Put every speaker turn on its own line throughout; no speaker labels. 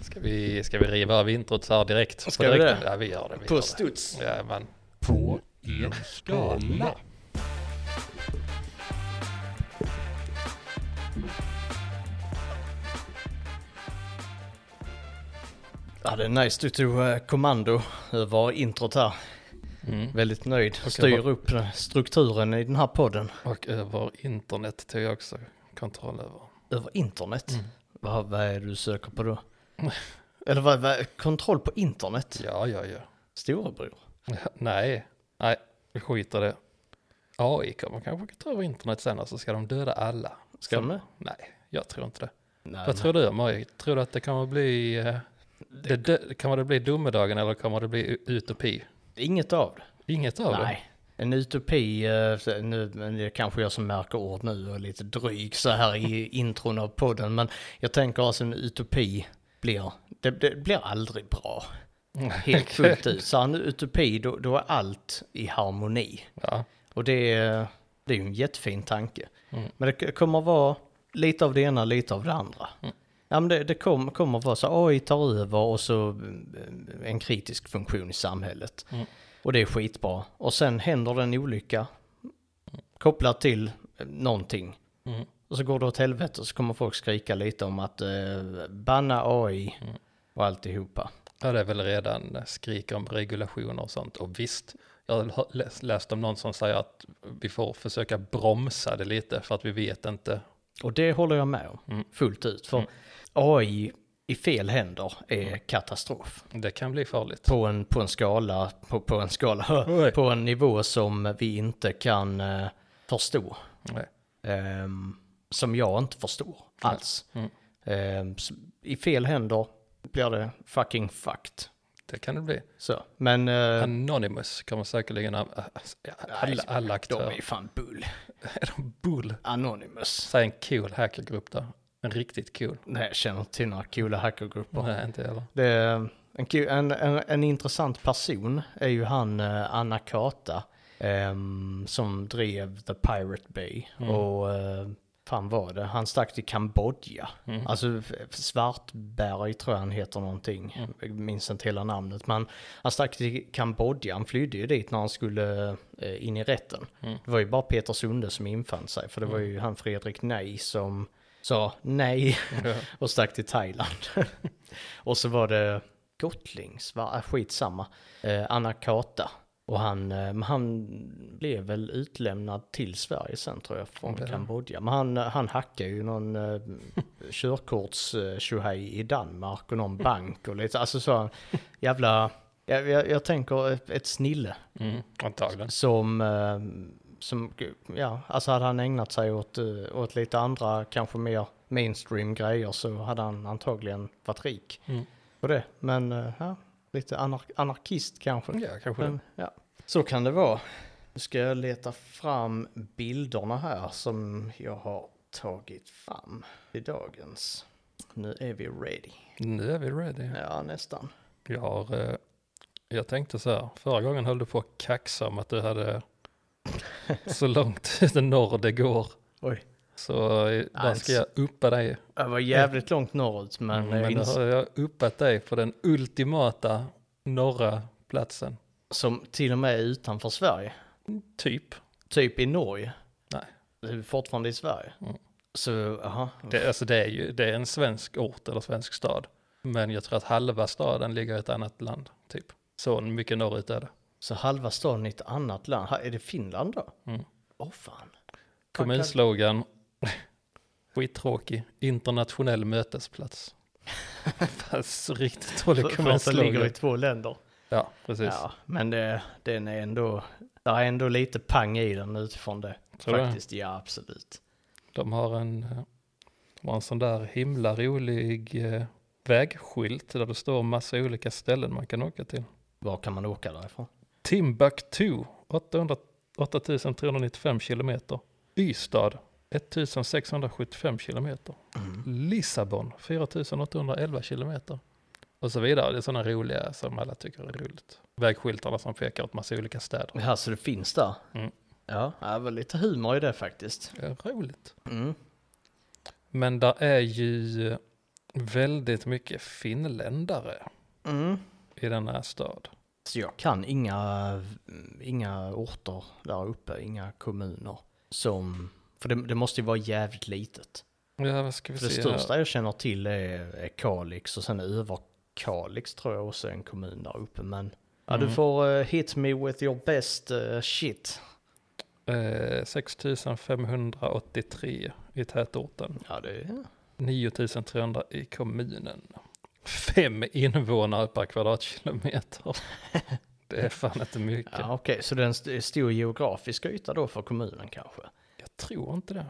Ska vi, ska vi riva av introt så här direkt?
Ska
På
vi
direkten?
det?
Ja, vi gör det. Vi
På
gör det.
studs.
Ja, men
På en skala.
Ja, det är nice. Du tog eh, kommando över introt här. Väldigt nöjd. Styr
vad-
upp eh, strukturen i den här podden.
Och över internet tog jag också kontroll över.
Över internet. Vad, vad är det du söker på då? Eller vad, vad, kontroll på internet?
Ja, ja, ja.
Storebror.
Nej, nej, vi skiter i det. AI kommer kanske ta över internet sen och så ska de döda alla.
Ska de det?
Nej, jag tror inte det.
Nej,
Vad tror du om AI? Tror du att det kommer bli... eh, Det, dö- kommer det bli domedagen eller kommer det bli u- utopi?
Inget av det.
Inget av det.
Nej. En utopi, eh, nu men det är kanske jag som märker ord nu och är lite dryg så här i intron av podden, men jag tänker alltså en utopi blir, det, det blir aldrig bra. Helt fullt ut. Så en utopi, då, då är allt i harmoni.
Ja.
Och det är, det är ju en jättefin tanke. Men det k- kommer vara lite av det ena, lite av det andra. Ja, men det det kom, kommer vara så AI tar över och så eh, en kritisk funktion i samhället. Och det är skitbra. Och sen händer det en olycka kopplat till eh, någonting.
Mm.
Och så går det åt helvete och så kommer folk skrika lite om att eh, banna AI och alltihopa.
Ja, det är väl redan skrik om regulationer och sånt. Och visst, jag har läst, läst om någon som säger att vi får försöka bromsa det lite för att vi vet inte.
Och det håller jag med om fullt ut. För AI i fel händer är katastrof.
Det kan bli farligt.
på en, på en skala, på, på en skala,
Oj.
på en nivå som vi inte kan eh, förstå.
Nej.
Ehm, som jag inte förstår alls. Ehm, s- I fel händer blir det fucking fucked.
Det kan det bli.
Så, men eh,
Anonymous kommer säkerligen att... ja, Alla, alla
de
aktörer.
är ju fan bull.
Är de bull?
Anonymous.
Säg en cool hackergrupp då. En riktigt cool.
Nej, jag känner inte till några coola hackergrupper.
Nej, inte heller.
Det är en, ku- en, en, en intressant person är ju han eh, Anna Kata ehm, som drev The Pirate Bay och eh, fan var det, han stack till Kambodja.
Mm.
Alltså f- f- Svartberg tror jag han heter någonting, jag minns inte hela namnet. Men han stack till Kambodja, han flydde ju dit när han skulle eh, in i rätten. Det var ju bara Peter Sunde som infann sig, för det var ju han Fredrik Nej som sa nej och stack till Thailand. Och så var det Gottlings, va? Äh, skitsamma, eh, Anna Kata. Och han, eh, men han blev väl utlämnad till Sverige sen tror jag, från Kambodja. Men han, eh, han hackade ju någon eh, körkorts eh, tjohej i Danmark och någon bank och lite, alltså så jävla, jag, jag, jag tänker ett, ett snille
Mm, antagligen.
som, eh, som, ja, alltså hade han ägnat sig åt, eh, åt lite andra, kanske mer mainstream grejer så hade han antagligen varit rik
Mm.
på det. Men eh, ja, lite anar- anarkist kanske.
Ja, Mm, kanske det.
Men, ja. Så kan det vara. Nu ska jag leta fram bilderna här som jag har tagit fram i dagens. Nu är vi ready.
Nu är vi ready.
Ja, nästan.
Jag, har, eh, jag tänkte så här, förra gången höll du på att kaxa om att du hade så långt ut norr det går.
Oj.
Så eh, där
Nice.
ska jag uppa dig.
Det var jävligt långt norrut, men, jag
Mm, Men nu
ins-
har jag uppat dig på den ultimata norra platsen.
som till och med är utanför Sverige.
Typ.
Typ i Norge.
Nej.
Det är fortfarande i Sverige.
Mm.
Så, aha.
Det, alltså det är ju det är en svensk ort eller svensk stad. Men jag tror att halva staden ligger i ett annat land. Typ. Så mycket norrut är det.
Så halva staden i ett annat land. Ha, Är det Finland då? Åh
Mm.
fan.
Kommunslogan. Skittråkig. Internationell mötesplats. Fast riktigt dålig
För, för att den ligger i
kommunslogan.
två länder.
Ja, precis.
Ja, men det, den är ändå, det är ändå lite pang i den utifrån det.
Tror du?
Faktiskt, ja absolut.
De har en, eh, de har en sån där himla rolig eh, vägskylt där det står massa olika ställen man kan åka till.
Var kan man åka därifrån?
Timbuktu, 800 8395 kilometer. Ystad, 1675 kilometer.
Mm.
Lissabon, 4811 kilometer. Och så vidare. Det är sådana roliga som alla tycker är roligt. Vägskyltarna som pekar åt massa olika städer.
Ja, så det finns där?
Mm.
Ja, det var lite humor i det faktiskt.
Det är roligt.
Mm.
Men där är ju, väldigt mycket finländare
Mm.
i denna stad.
Så jag kan inga, inga orter där uppe, inga kommuner. Som, för det, det måste ju vara jävligt litet.
Ja, vad ska vi
För det
se
största
här?
jag känner till är, är Kalix och sen Överkalix tror jag också är en kommun där uppe. Men ja, du
Mm.
får eh, hit me with your best eh, shit.
Eh, 6583 i tätorten.
Ja, det är
9300 i kommunen. Fem invånare per kvadratkilometer. Det är fan inte mycket.
Ja, okej, så det är en st- stor geografisk yta då för kommunen kanske?
Jag tror inte det.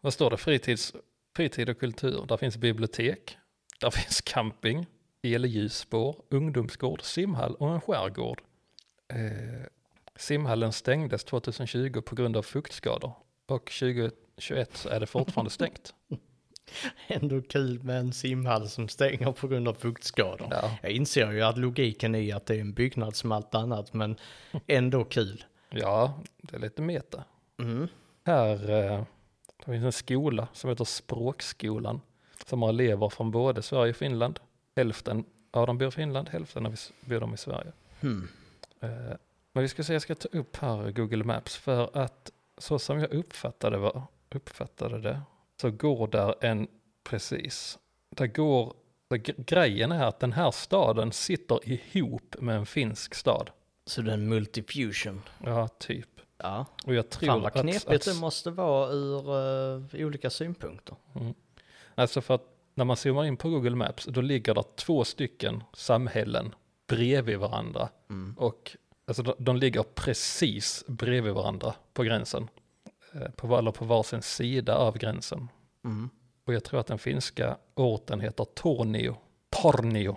Vad står det? Fritids, fritid och kultur. Där finns bibliotek. Där finns camping. Elljusspår. Ungdomsgård. Simhall och en skärgård. Eh, simhallen stängdes 2020 på grund av fuktskador. Och 2021 så är det fortfarande stängt.
Ändå kul med en simhall som stänger på grund av fuktskador.
Ja,
Jag inser ju att logiken är att det är en byggnad som allt annat, men ändå kul.
ja det är lite meta.
Mm.
Här eh, det finns en skola som heter Språkskolan som har elever från både Sverige och Finland. Hälften av dem bor i Finland, hälften av s- bor de i Sverige.
Hmm.
Eh, Men vi ska se, jag ska ta upp här Google Maps för att så som jag uppfattade, var, uppfattade det så går där en, precis, där går, där gre- grejen är att den här staden sitter ihop med en finsk stad.
Så det är en multifusion.
Ja, typ.
Ja,
Och jag tror
fan vad
att-
knepigt
att,
det måste vara ur eh, olika synpunkter.
Alltså för att när man zoomar in på Google Maps då ligger det två stycken samhällen bredvid varandra.
Mm,
Och alltså de, de ligger precis bredvid varandra på gränsen. Eh, På, var- eller på varsin sida av gränsen.
Mm.
Och jag tror att den finska orten heter Tornio. Tornio.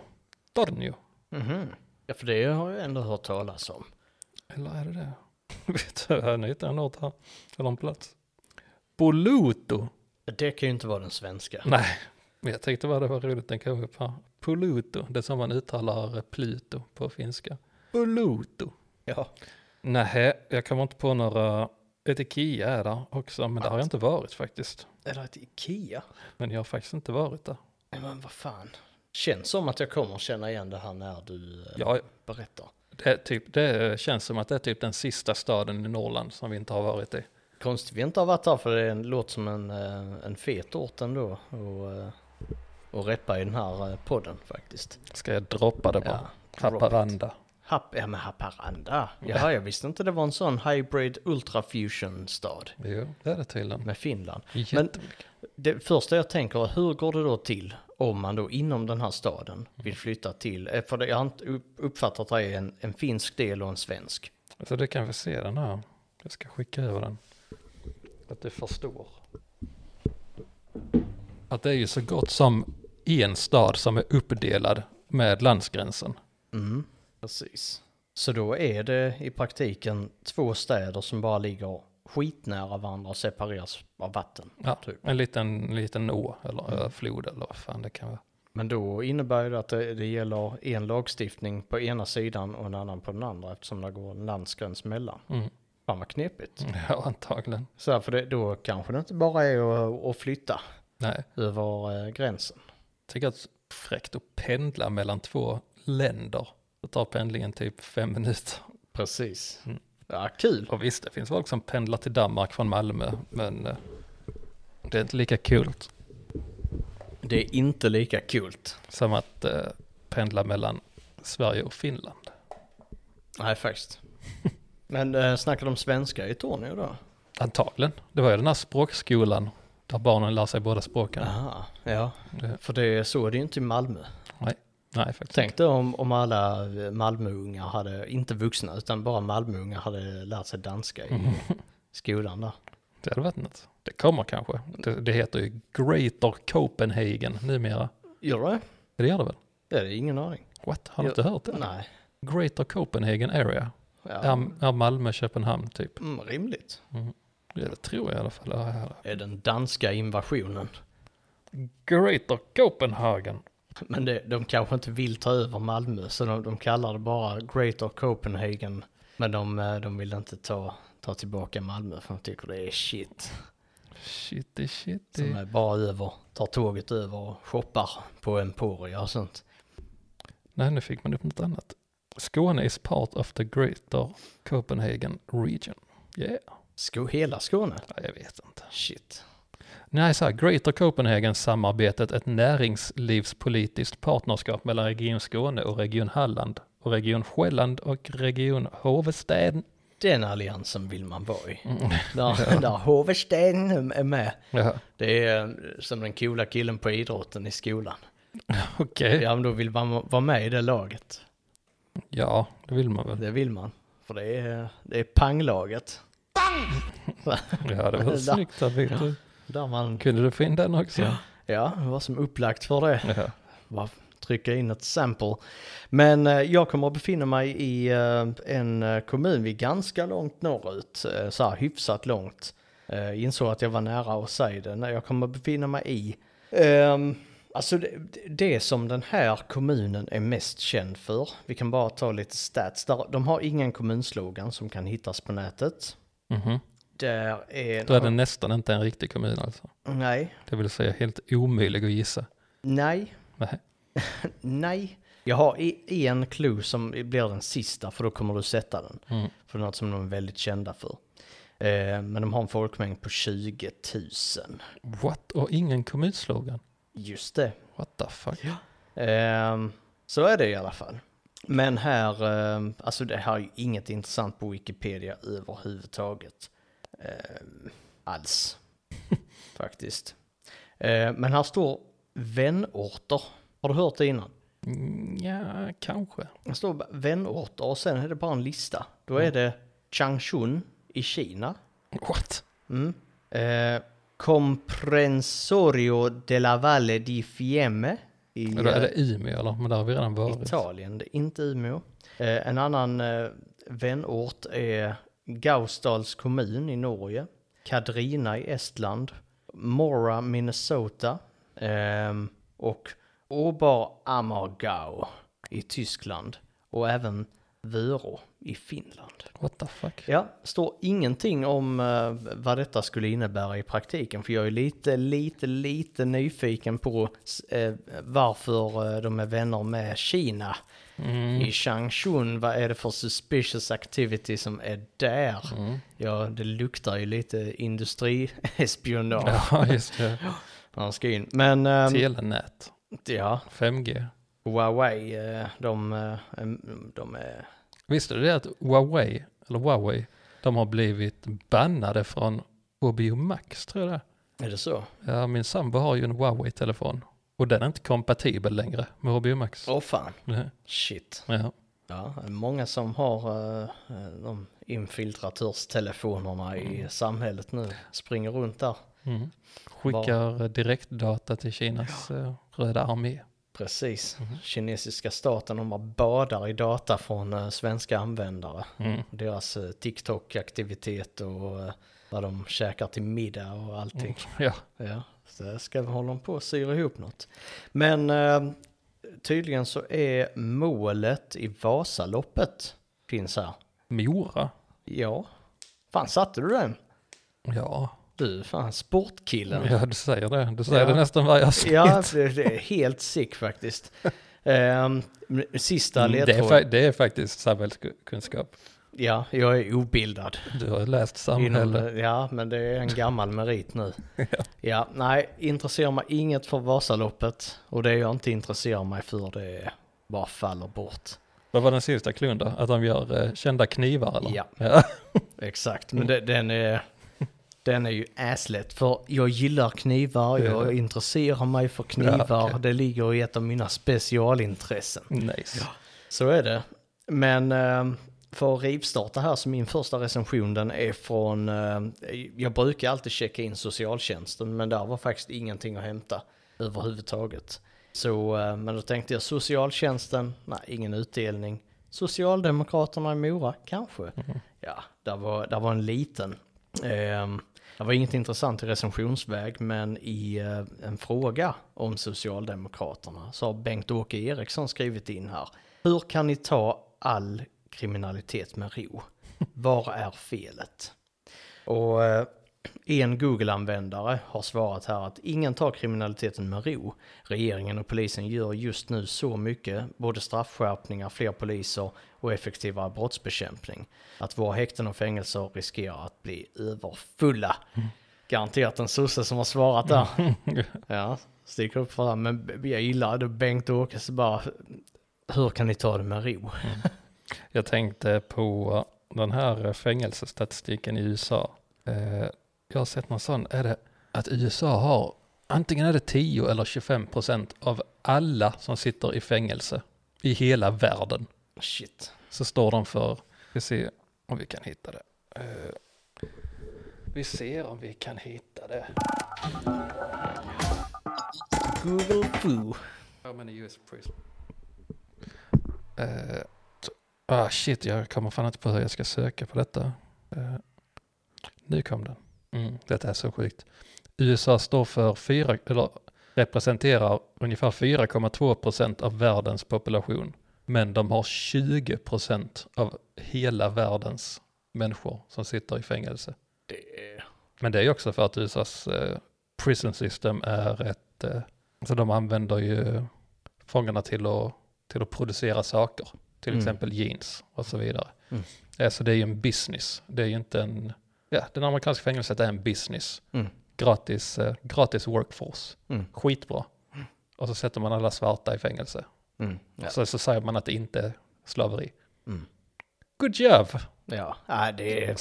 Tornio.
Mhm. Ja, för det har jag ändå hört talas om.
Eller är det det? Vet du, jag hittar en ort här. Eller en plats. Boluto.
Det kan ju inte vara den svenska.
Nej, men jag tänkte bara det var roligt den kom upp här. Poluto, det som man uttalar Pluto på finska. Poluto.
Ja.
Nej, jag kommer inte på några. Ett Ikea är där också, men där har jag inte varit faktiskt.
Är det ett Ikea?
Men jag har faktiskt inte varit där.
Nej, Men vad fan. Känns som att jag kommer känna igen det här när du eh,
Ja,
berättar.
det, är typ, det känns som att det är typ den sista staden i Norrland som vi inte har varit i.
Konstigt vi inte har varit där för det är en- låter som en, eh, en fet ort ändå. Och, eh, och reppa i den här eh, podden faktiskt.
Ska jag droppa det bara?
drop it.
Haparanda.
Happ, ja men Haparanda. Jaha, jag visste inte det var en sån hybrid ultrafusion stad
Jo, det är det tydligen.
med Finland. Men
Jättemycket.
det första jag tänker är hur går det då till om man då inom den här staden vill flytta till, eh, för det, jag har inte upp- uppfattat att det är en, en finsk del och en svensk.
Så du kan väl se den här. Jag ska skicka över den. Att du förstår. Att det är ju så gott som en stad som är uppdelad med landsgränsen.
Mm. Precis. Så då är det i praktiken två städer som bara ligger skitnära varandra och separeras av vatten.
Ja,
Typ.
En liten, liten å eller ö, flod eller vad fan det kan vara.
Men då innebär det att det, det gäller en lagstiftning på ena sidan och en annan på den andra eftersom det går en landsgräns mellan.
Mm.
Fan vad knepigt.
Ja, antagligen.
Så här, för det, då kanske det inte bara är att, att flytta
Nej,
över eh, gränsen.
jag tycker att det är fräckt att pendla mellan två länder. Det tar pendlingen typ fem minuter.
Precis.
Mm.
Ja, kul.
Och visst, det finns folk som pendlar till Danmark från Malmö, men eh, det är inte lika kul.
Det är inte lika kul.
som att eh, pendla mellan Sverige och Finland.
Nej, faktiskt. Men eh, snackar de svenska i Tornio då?
Antagligen. Det var ju den här språkskolan där barnen lär sig båda språken.
Aha, ja.
Det-
För det är så, det är ju inte i Malmö.
Nej, faktiskt.
Tänk dig om, om alla eh, Malmöungar hade, inte vuxna, utan bara Malmöungar hade lärt sig danska i skolan där.
Det hade varit något. Det kommer kanske. Det, det heter ju Greater Copenhagen numera.
Gör det?
Det gör det väl?
Det är ingen aning.
What? Har du
Ja,
inte hört det?
Nej.
Greater Copenhagen Area.
Ja.
Är, är Malmö, Köpenhamn typ?
Mm, rimligt.
Det tror jag i alla fall. Ja, ja.
Är den danska invasionen.
Greater Copenhagen.
Men det, de kanske inte vill ta över Malmö, så de, de kallar det bara Greater Copenhagen. Men de, eh, de vill inte ta, ta tillbaka Malmö, för de tycker det är shit.
Shitty, shitty.
Som är bara över, tar tåget över och shoppar på Emporia och sånt.
Nej, nu fick man upp något annat. Skåne is part of the greater Copenhagen region. Yeah,
Sko hela Skåne?
ja, jag vet inte.
Shit.
Nej, så här, Greater Copenhagen-samarbetet, ett näringslivspolitiskt partnerskap mellan Region Skåne och Region Halland och Region Själland och Region Hovestaden.
Den alliansen vill man vara i.
Mm.
Där, där Hoversten är med.
Ja,
Det är eh, som den coola killen på idrotten i skolan.
Okej,
Ja, men då vill man vara med i det laget.
ja, det vill man väl.
Det vill man. För det är, det är panglaget.
Ja, det var
Ja.
snyggt att vi
Där man,
kunde du få in den också.
Ja. ja, det var som upplagt för det.
Ja.
bara trycka in ett sample. Men eh, jag kommer att befinna mig i eh, en eh, kommun vi är ganska långt norrut, eh, så här hyfsat långt. Eh, insåg att jag var nära att säga det när jag kommer att befinna mig i. Ehm, alltså det, det som den här kommunen är mest känd för, vi kan bara ta lite stats, där, de har ingen kommunslogan som kan hittas på nätet.
Mhm.
Där är...
Då är det nästan inte en riktig kommun alltså.
Nej,
Det vill säga helt omöjlig att gissa.
nej,
Nej.
Nej. Jag har i- en clue som blir den sista för då kommer du sätta den.
Mm.
För något som de är väldigt kända för. Eh, men de har en folkmängd på 20 000.
What? Och ingen kommunslogan?
Just det.
What the fuck?
Ehm, så är det i alla fall. Men här, ehm, alltså det här är ju inget intressant på Wikipedia överhuvudtaget. Ehm, alls. Faktiskt. Ehm, men här står vänorter. Har du hört det innan?
Mm, Ja, kanske.
Det står bara vänorter och sen är det bara en lista. Då
Mm.
är det Changchun i Kina.
What?
Mm. Eh, Comprensorio de la Valle di Fiemme i
Eller är
eh,
det Umeå eller? Men där har vi redan varit.
Italien, det är inte Umeå. Eh, en annan eh, vänort är Gausdals kommun i Norge, Kadrina i Estland, Mora, Minnesota ehm, och Ober Ammergau i Tyskland och även Vörå i Finland.
What the fuck?
Ja, står ingenting om eh, vad detta skulle innebära i praktiken, för jag är lite, lite, lite nyfiken på eh, varför eh, de är vänner med Kina
Mm.
i Changchun. Vad är det för suspicious activity som är där? Ja, det luktar ju lite industriespionage
Ja, just det.
när de ska in. Men ehm,
Telenät.
ja,
5G.
Huawei, eh, de, eh, em, de är...
Visste du det att Huawei, eller Huawei, de har blivit bannade från HBO Max tror jag det är.
Är det så?
Ja, min sambo har ju en Huawei-telefon. Och den är inte kompatibel längre med HBO Max.
Åh fan,
Nej.
shit.
Ja.
Ja, det är många som har eh, de infiltratörstelefonerna i samhället nu. Springer runt där.
Mm. Skickar eh, direktdata till Kinas eh, röda armé. Mm.
Precis. Kinesiska staten, de bara badar i data från eh, svenska användare.
Mm.
Deras eh, TikTok-aktivitet och eh, vad de käkar till middag och allting.
Ja,
Ja, så där ska vi hålla på och syra ihop något. Men eh, tydligen så är målet i Vasaloppet finns här.
Mora.
Ja, fan satte du den?
Ja,
Du, fan sportkillen.
ja du säger det. Du säger
Ja.
det nästan varje avsnitt.
Ja, det, det är helt sick faktiskt. Ehm, sista
Mm, det, är,
ledtråden.
fa- det är faktiskt samhällskunskap.
Ja, jag är obildad.
Du har läst
Inom, eh,
samhälle.
ja, men det är en gammal merit nu. Ja, nej, intresserar mig inget för Vasaloppet och det jag inte intresserar mig för det bara faller bort.
Vad var den sista klun då? Att de gör eh, kända knivar eller?
Ja.
ja.
Exakt, men det, den är... Den är ju äslet, för jag gillar knivar,
Ja.
jag intresserar mig för knivar,
okej.
det ligger i ett av mina specialintressen.
Nice.
Så är det. Men eh, för att rivstarta här så min första recension den är från, eh, jag brukar alltid checka in socialtjänsten men där var faktiskt ingenting att hämta överhuvudtaget. Så, eh, men då tänkte jag socialtjänsten, nej ingen utdelning. Socialdemokraterna i Mora, kanske. Ja, där var, där var en liten. Ehm, det var inget intressant i recensionsväg, men i eh, en fråga om Socialdemokraterna så har Bengt-Åke Eriksson skrivit in här. Hur kan ni ta all kriminalitet med ro? Var är felet? Och eh, En Google-användare har svarat här att ingen tar kriminaliteten med ro. Regeringen och polisen gör just nu så mycket, både straffskärpningar, fler poliser och effektivare brottsbekämpning, att våra häkten och fängelser riskerar att bli överfulla. Garanterat en sosse som har svarat där. Ja, sticker upp för det. här, Men b- jag gillar det Bengt-Åke så bara, hur kan ni ta det med ro?
Jag tänkte på eh, den här eh, fängelsestatistiken i USA. Eh, Jag har sett någon sån, är det att USA har, antingen är det 10 eller 25 procent av alla som sitter i fängelse i hela världen.
Shit.
Så står de för, vi ser om vi kan hitta det. Eh, Vi ser om vi kan hitta det.
Google Foo.
How many years prison? Eh, ah shit, jag kommer fan inte på hur jag ska söka på detta. Eh, nu kom den. Mm, detta är så sjukt. USA står för fyra, eller representerar ungefär 4,2 procent av världens population. Men de har 20 procent av hela världens människor som sitter i fängelse.
Det är...
Men det är ju också för att USAs eh, prison system är ett, eh, alltså de använder ju fångarna till att, till att producera saker, till
Mm.
exempel jeans och så vidare.
Mm.
Eh, så det är ju en business, det är ju inte en, ja, den amerikanska fängelset är en business,
Mm.
gratis, eh, gratis workforce,
Mm.
skitbra. Och så sätter man alla svarta i fängelse.
Mm. Ja.
Så, så säger man att det inte är slaveri.
Mm.
Good job!
ja, nej, det är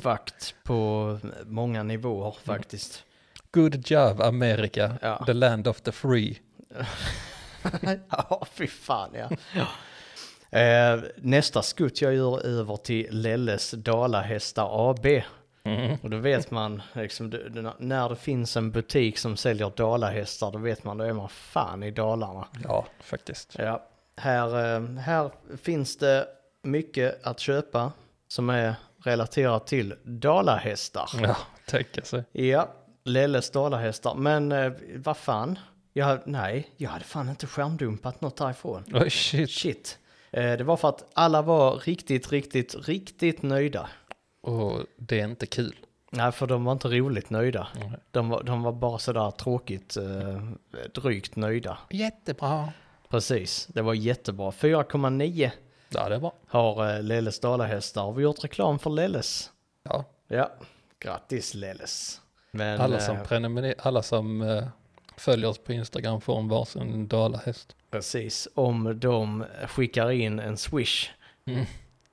fakt på många nivåer faktiskt.
Good job America,
Ja.
the land of the free.
ja, fy fan ja. Eh, nästa skutt jag gör över till Lelles Dalahästar AB. Och då vet man, liksom, det- det- när det finns en butik som säljer dalahästar, då vet man, då är man fan i Dalarna.
Ja, faktiskt.
Ja, här, eh, här finns det mycket att köpa som är relaterat till dalahästar.
Ja, tänka sig.
Ja, Lelles dalahästar. Men eh, vad fan? Jag, nej, jag hade fan inte skärmdumpat något därifrån.
Oj, shit.
Shit. Eh, det var för att alla var riktigt, riktigt, riktigt nöjda.
Och det är inte kul.
Nej, för de var inte roligt nöjda.
Nej.
De var, de var bara sådär tråkigt, eh, drygt nöjda.
Jättebra.
Precis, det var jättebra. 4,9
Ja, det är bra.
har eh, Lelles dalahästar. Har vi gjort reklam för Lelles?
Ja,
Ja, grattis Lelles. Men,
alla
eh,
som, prenumerer- alla som eh, följer oss på Instagram får en varsin dalahäst.
Precis, om de skickar in en swish.
Mm.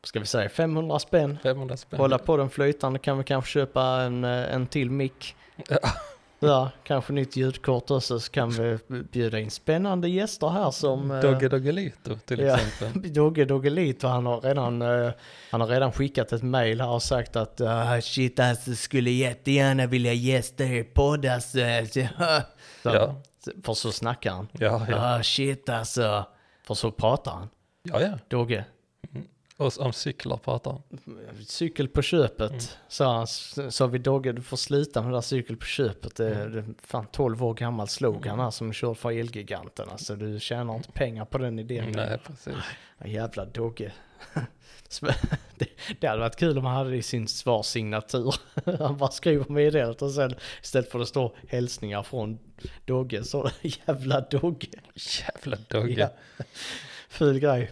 Ska vi säga 500 spänn?
500 spänn.
Hålla på den flytande kan vi kanske köpa en, eh, en till mick.
Ja.
Ja, kanske nytt ljudkort också så kan vi bjuda in spännande gäster här som... eh,
Dogge Doggelito till
ja.
exempel.
Dogge Doggelito, han har redan, eh, han har redan skickat ett mail här och sagt att uh, shit alltså skulle jättegärna vilja gästa er podd alltså. Så,
Ja.
För så snackar han.
Ja, ja.
Ah shit alltså. För så pratar han.
ja, ja.
Dogge.
Och om cyklar pratar han.
Cykel på köpet, sa han. S- Sa vi Dogge, du får slita med det där cykel på köpet. Det är, det är fan 12 år gammal slogan här som kör för Elgiganten. Alltså du tjänar inte pengar på den idén.
Mm, Nej, precis.
Ja, Jävla Dogge. Sp- det, det hade varit kul om han hade det i sin svarssignatur. han bara skriver meddelandet och sen istället för att det står hälsningar från Dogge så är det jävla Dogge.
Jävla Dogge.
Ja. Ful grej.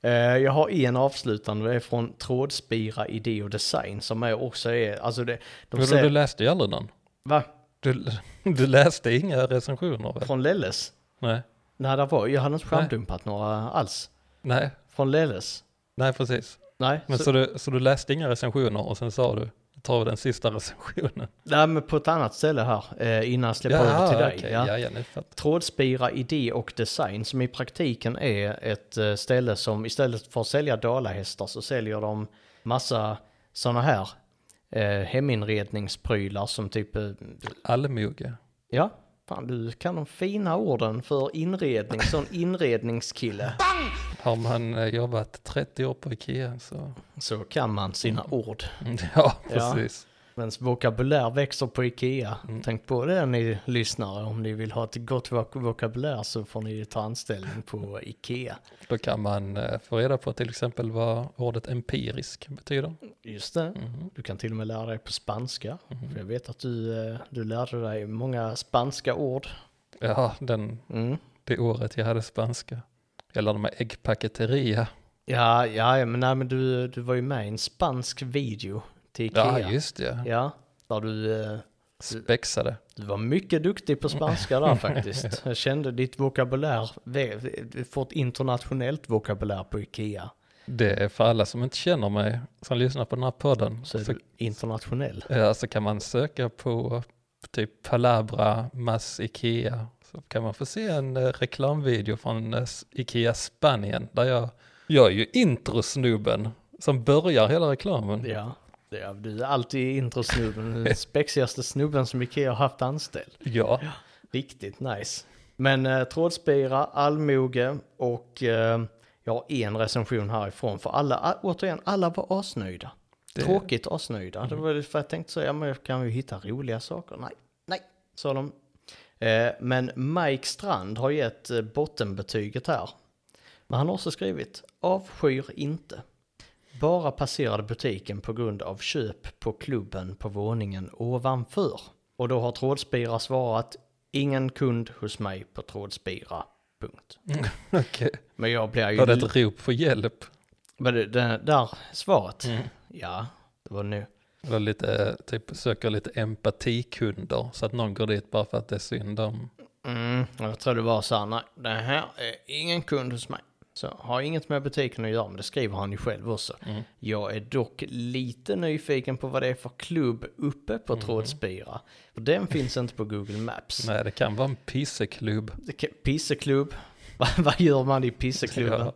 Eh, Jag har en avslutande, det är från Trådspira Idé och Design som är också är, alltså det, de
Men du, du
säger,
läste ju aldrig någon.
va?
Du, du läste inga recensioner väl?
Från Lelles?
Nej.
Nej, det var, jag hade inte skärmdumpat några alls.
Nej,
Från Lelles?
nej precis.
Nej,
Men
så-
så, du, så du läste inga recensioner och sen sa du, jag tar den sista recensionen.
nej, men på ett annat ställe här eh, innan jag släpper över
Jaha,
till dig.
okej.
ja.
ja, ja, nu fattar
Trådspira Idé och Design som i praktiken är ett eh, ställe som istället för att sälja dalahästar så säljer de massa sådana här eh, heminredningsprylar som typ, eh,
Allmoge.
ja, fan du kan de fina orden för inredning, sån inredningskille.
Har man eh, jobbat 30 år på Ikea så...
Så kan man sina ord.
Ja, precis.
Ens vokabulär växer på Ikea. Tänk på det ni lyssnare. Om ni vill ha ett gott vok- vokabulär så får ni ju ta anställning på Ikea.
Då kan man eh, få reda på till exempel vad ordet empirisk betyder.
Just det.
Mhm.
Du kan till och med lära dig på spanska. För jag vet att du, eh, du lärde dig många spanska ord.
Ja, den,
Mm.
det året jag hade spanska. Jag lärde mig äggpaketeria.
Ja, ja, ja, men, nej, men du, du var ju med i en spansk video till Ikea.
Ja, just det.
Ja, där du, eh,
Spexade.
du var mycket duktig på spanska där faktiskt. Jag kände ditt vokabulär, vä- du får ett internationellt vokabulär på Ikea.
Det är för alla som inte känner mig, som lyssnar på den här podden,
Så är
så,
du internationell.
ja, så kan man söka på typ Palabra, Mass Ikea. Så kan man få se en eh, reklamvideo från eh, S- Ikea Spanien, där jag, jag är ju introsnubben som börjar hela reklamen.
Ja. Ja, du är alltid introsnubben, den spexigaste snubben som Ikea har haft anställd.
Ja,
Riktigt nice. Men eh, trådspira, allmoge och eh, jag har en recension härifrån. För alla, a- återigen, alla var asnöjda.
Det-
Tråkigt asnöjda. Det var för jag tänkte så, ja men jag kan ju hitta roliga saker. Nej, nej, sa de. Eh, men Mike Strand har gett eh, bottenbetyget här. Men han har också skrivit, avskyr inte. Bara passerade butiken på grund av köp på klubben på våningen ovanför. Och då har Trådspira svarat, ingen kund hos mig på Trådspira. Punkt.
okej.
Men jag blir ju...
Var det ett rop på hjälp?
Var det, det där svaret? Ja, det var nu.
Eller lite, typ söker lite empatikunder så att någon går dit bara för att det är synd om.
Mm, jag tror det var så här, nej, det här är ingen kund hos mig. Så har inget med butiken att göra, men det skriver han ju själv också.
Mm.
Jag är dock lite nyfiken på vad det är för klubb uppe på Trådspira. För den finns inte på Google Maps.
Mm. Nej, det kan vara en pisseklubb.
Det- Pisseklubb, vad, vad gör man i pisseklubben?
Ja,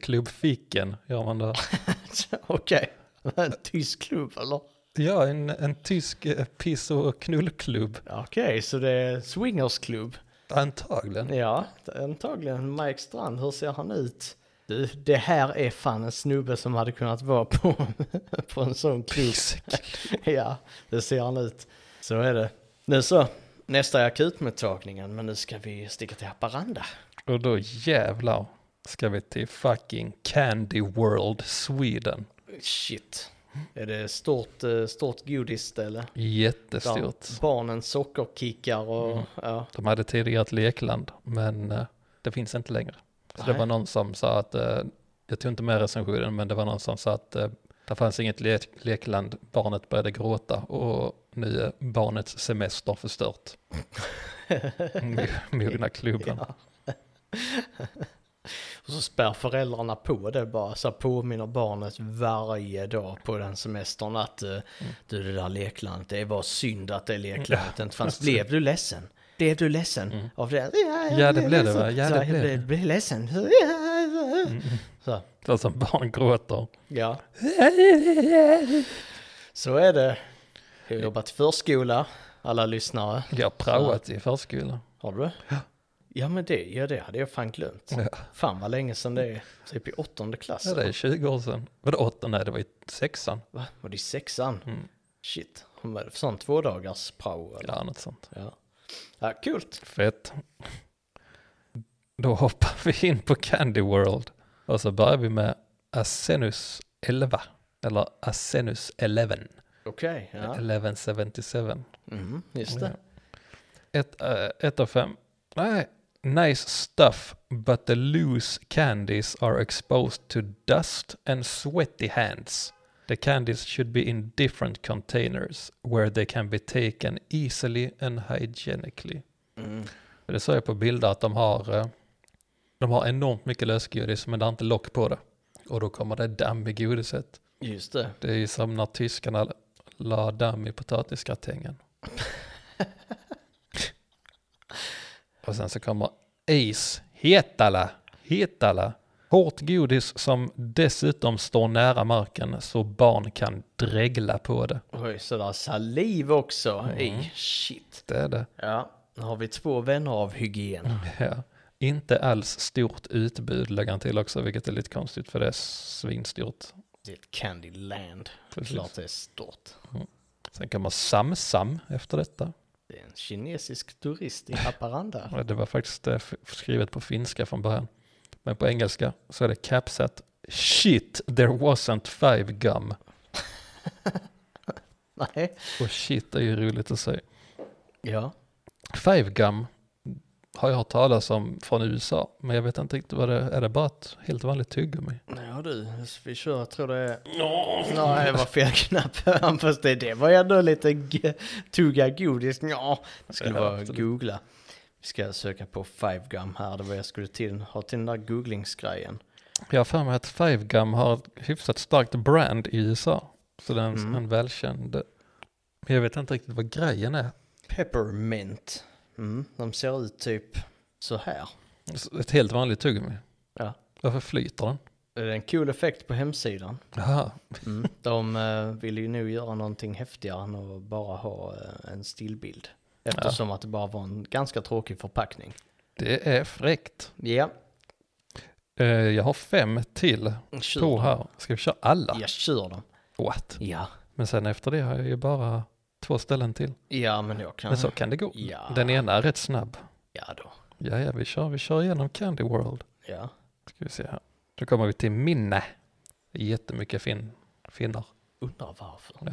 pisseklubbfiken gör man där.
Okej, en tysk klubb eller?
Ja, en, en tysk eh, piss och knullklubb.
Okej, så det är swingersklubb.
Antagligen.
Ja, antagligen. Mike Strand, hur ser han ut? Du, det här är fan en snubbe som hade kunnat vara på, på en sån klubb.
Pisseklubb.
Ja, det ser han ut. Så är det. Nu så, nästa är akutmottagningen, men nu ska vi sticka till Haparanda.
Och då jävlar ska vi till fucking Candy World Sweden.
Shit. Är det stort, eh, stort godisställe? Där
Jättestort.
barnen sockerkickar och ja.
De hade tidigare ett lekland, men eh, det finns inte längre. Så det
Nej.
var någon som sa att, eh, jag tog inte med recensionen, men det var någon som sa att eh, det fanns inget le lekland, barnet började gråta och nu är barnets semester förstört. Mo- Mogna klubben.
Och så spär föräldrarna på det bara, så här påminner barnet varje dag på den semestern att
Mm.
eh, du det där leklandet, det var synd att det leklandet inte fanns. Blev du ledsen? Blev du ledsen av det? jag
Mm. Ja, det
blev
blev det,
ledsen.
va? Ja,
Så
det
jag
blev det. Mm.
blev ledsen. Så,
Så som barn gråter.
ja. Så är det. Jag har jobbat i förskola, alla lyssnare.
Jag har praoat i förskolan.
Har du det? Ja. Ja men det, ja, det hade jag fan glömt. Fan vad länge sedan det är. Typ i åttonde klass.
Ja, det är 20 år sedan. Var det åtta? Nej, det var i sexan.
Va? Var det i sexan? Shit. Hon var för sån två dagars prao eller?
Ja, något sånt.
Mm. Ja. Ja, kul.
Fett. Då hoppar vi in på Candy World. Och så börjar vi med Asenus 11. Eller Asenus 11.
Okej, ja.
1177.
Mm, just det.
Ett, eh, ett av fem. Nej. Nice stuff, but the loose candies are exposed to dust and sweaty hands. The candies should be in different containers where they can be taken easily and hygienically.
Mm.
Det ser jag på bilder att de har, eh, de har enormt mycket lösgodis men det har inte lock på det. Och då kommer det damm i godiset.
Just det.
Det är ju som när tyskarna la damm i potatisgratängen. Och sen så kommer is, hetala, hetala. Hårt godis som dessutom står nära marken så barn kan dregla på det.
Oj, så där saliv också i. Shit.
Det är det.
Ja, nu har vi två vänner av hygien.
Ja. Inte alls stort utbud lägger han till också, vilket är lite konstigt för det är svinstort.
Det är ett Candyland.
Precis.
Klart det är stort.
Sen kan man samsam efter detta.
Det är en kinesisk turist i Haparanda.
Ja, Det var faktiskt eh, f- skrivet på finska från början. Men på engelska så är det capsat Shit, there wasn't five gum.
Nej.
Och shit är ju roligt att säga.
Ja.
Five gum har jag hört talas om från USA. Men jag vet inte riktigt vad det är. Är det bara ett helt vanligt tuggummi?
Ja du, vi kör, jag tror det är... Nej, det var fel knapp. Fast det, det var ändå lite g- tugga godis. Ja, jag skulle
Ja,
bara
absolut.
googla. Vi ska söka på five gum här, det var jag skulle till, ha till den där googlingsgrejen.
Jag har för mig att five gum har ett hyfsat starkt brand i USA. Så den är en-
Mm.
en välkänd. Men jag vet inte riktigt vad grejen är.
Peppermint. Mm, de ser ut typ så här.
Ett helt vanligt tuggummi.
Ja.
Varför flyter den?
Det är en cool effekt på hemsidan.
Jaha,
Mm. De eh, vill ju nu göra någonting häftigare än att bara ha eh, en stillbild. Eftersom att det bara var en ganska tråkig förpackning.
det är fräckt.
Ja,
Eh, Jag har fem till
kör
på
dem.
här. Ska vi köra alla?
Jag kör dem.
What?
Ja.
Men sen efter det har jag ju bara två ställen till.
Ja, men jag kan...
Men så kan det gå.
Ja.
Den ena är rätt snabb.
Ja då.
Ja, ja, vi kör, vi kör igenom Candy World.
Ja.
Ska vi se här. Då kommer vi till minne. Jättemycket fin, finnar.
Undrar varför.
Ja,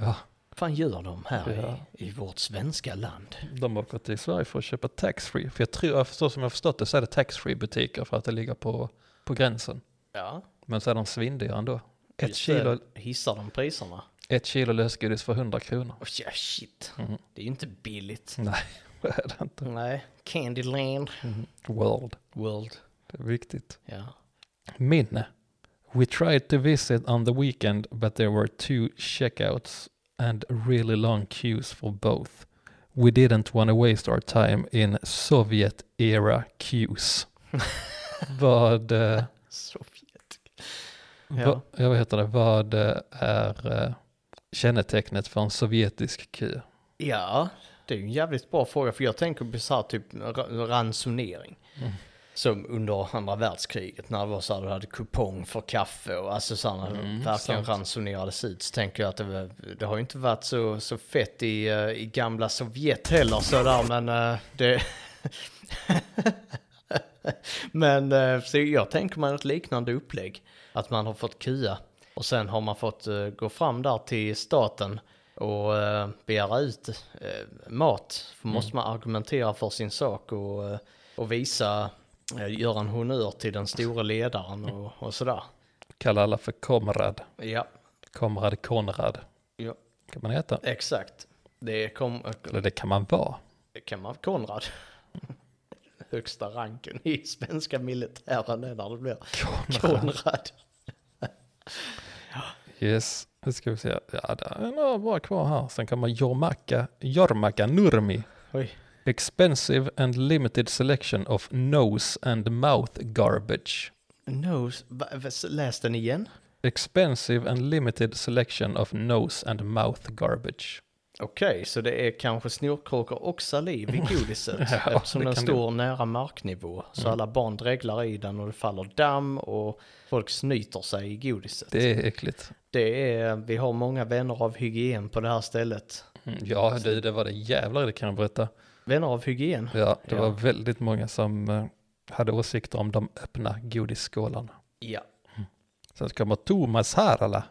Vad fan gör de här
Ja.
i, i vårt svenska land?
de åker till Sverige för att köpa taxfree. För jag tror, så som jag har förstått det så är det taxfree butiker för att det ligger på, på gränsen.
Ja.
Men så är de svindyra ändå. Ett
Just
kilo,
det. Hissar de priserna?
ett kilo lösgodis för 100 kronor.
Oh, ja, shit.
Mhm.
Det är ju inte billigt.
Nej, det är det inte.
Nej. Candyland.
Mm. World.
World.
Det är viktigt.
Ja.
Minne. We tried to visit on the weekend but there were two checkouts and really long queues for both. We didn't want to waste our time in Soviet era queues. vad, eh,
Sovjet.
vad,
Ja.
jag vet inte, vad eh, är eh, kännetecknet för en sovjetisk kö?
Ja. Det är ju en jävligt bra fråga för jag tänker på så här typ ra- ransonering. Som under andra världskriget när det var så här du hade kupong för kaffe och alltså så här, när det verkligen
sant.
ransonerades ut så tänker jag att det, var, det har ju inte varit så, så fett i, eh, i gamla Sovjet heller så där men eh, det... men eh, så jag tänker mig ett liknande upplägg. Att man har fått kua och sen har man fått eh, gå fram där till staten och eh, begära ut eh, mat. För måste man argumentera för sin sak och, eh, och visa, eh, göra en honnör till den stora ledaren och, och sådär.
Kallar alla för komrad.
Ja,
Komrad Konrad.
Ja.
Kan man heta.
exakt. Det kom, eh,
Eller det kan man vara.
kan man Konrad. Högsta ranken i svenska militären är när det blir Konrad.
Yes, nu ska vi se. Ja, det är några bra kvar här. Sen kommer Jormaka, Jormaka Nurmi.
Oj.
Expensive and limited selection of nose and mouth garbage.
Nose, va, va, läs den igen.
Expensive and limited selection of nose and mouth garbage.
Okej, så det är kanske snorkråkor och saliv i godiset
Mm. Ja,
eftersom
det Mm.
den
kan
står nära marknivå. Så alla barn dreglar i den och det faller damm och folk snyter sig i godiset. Det,
Det är äckligt.
är, vi har många vänner av hygien på det här stället.
Mm, Ja, du, det var det jävlar det kan jag berätta.
Vänner av hygien?
Ja, det
Ja.
var väldigt många som eh, hade åsikter om de öppna godisskålarna.
Ja.
Sen kommer Thomas Harala.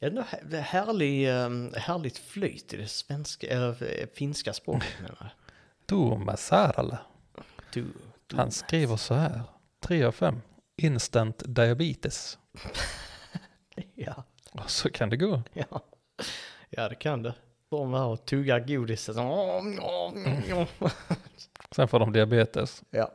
Ändå här- det är härlig, ehm, härligt flyt i det svenska, eller eh, finska språket menar jag.
Thomas Harala.
Du, du.
Han skriver så här. 3 av 5. Instant diabetes.
Ja,
Och så kan det gå.
ja. ja, det kan det. De här och tuggar godiset.
Sen får de diabetes.
Ja.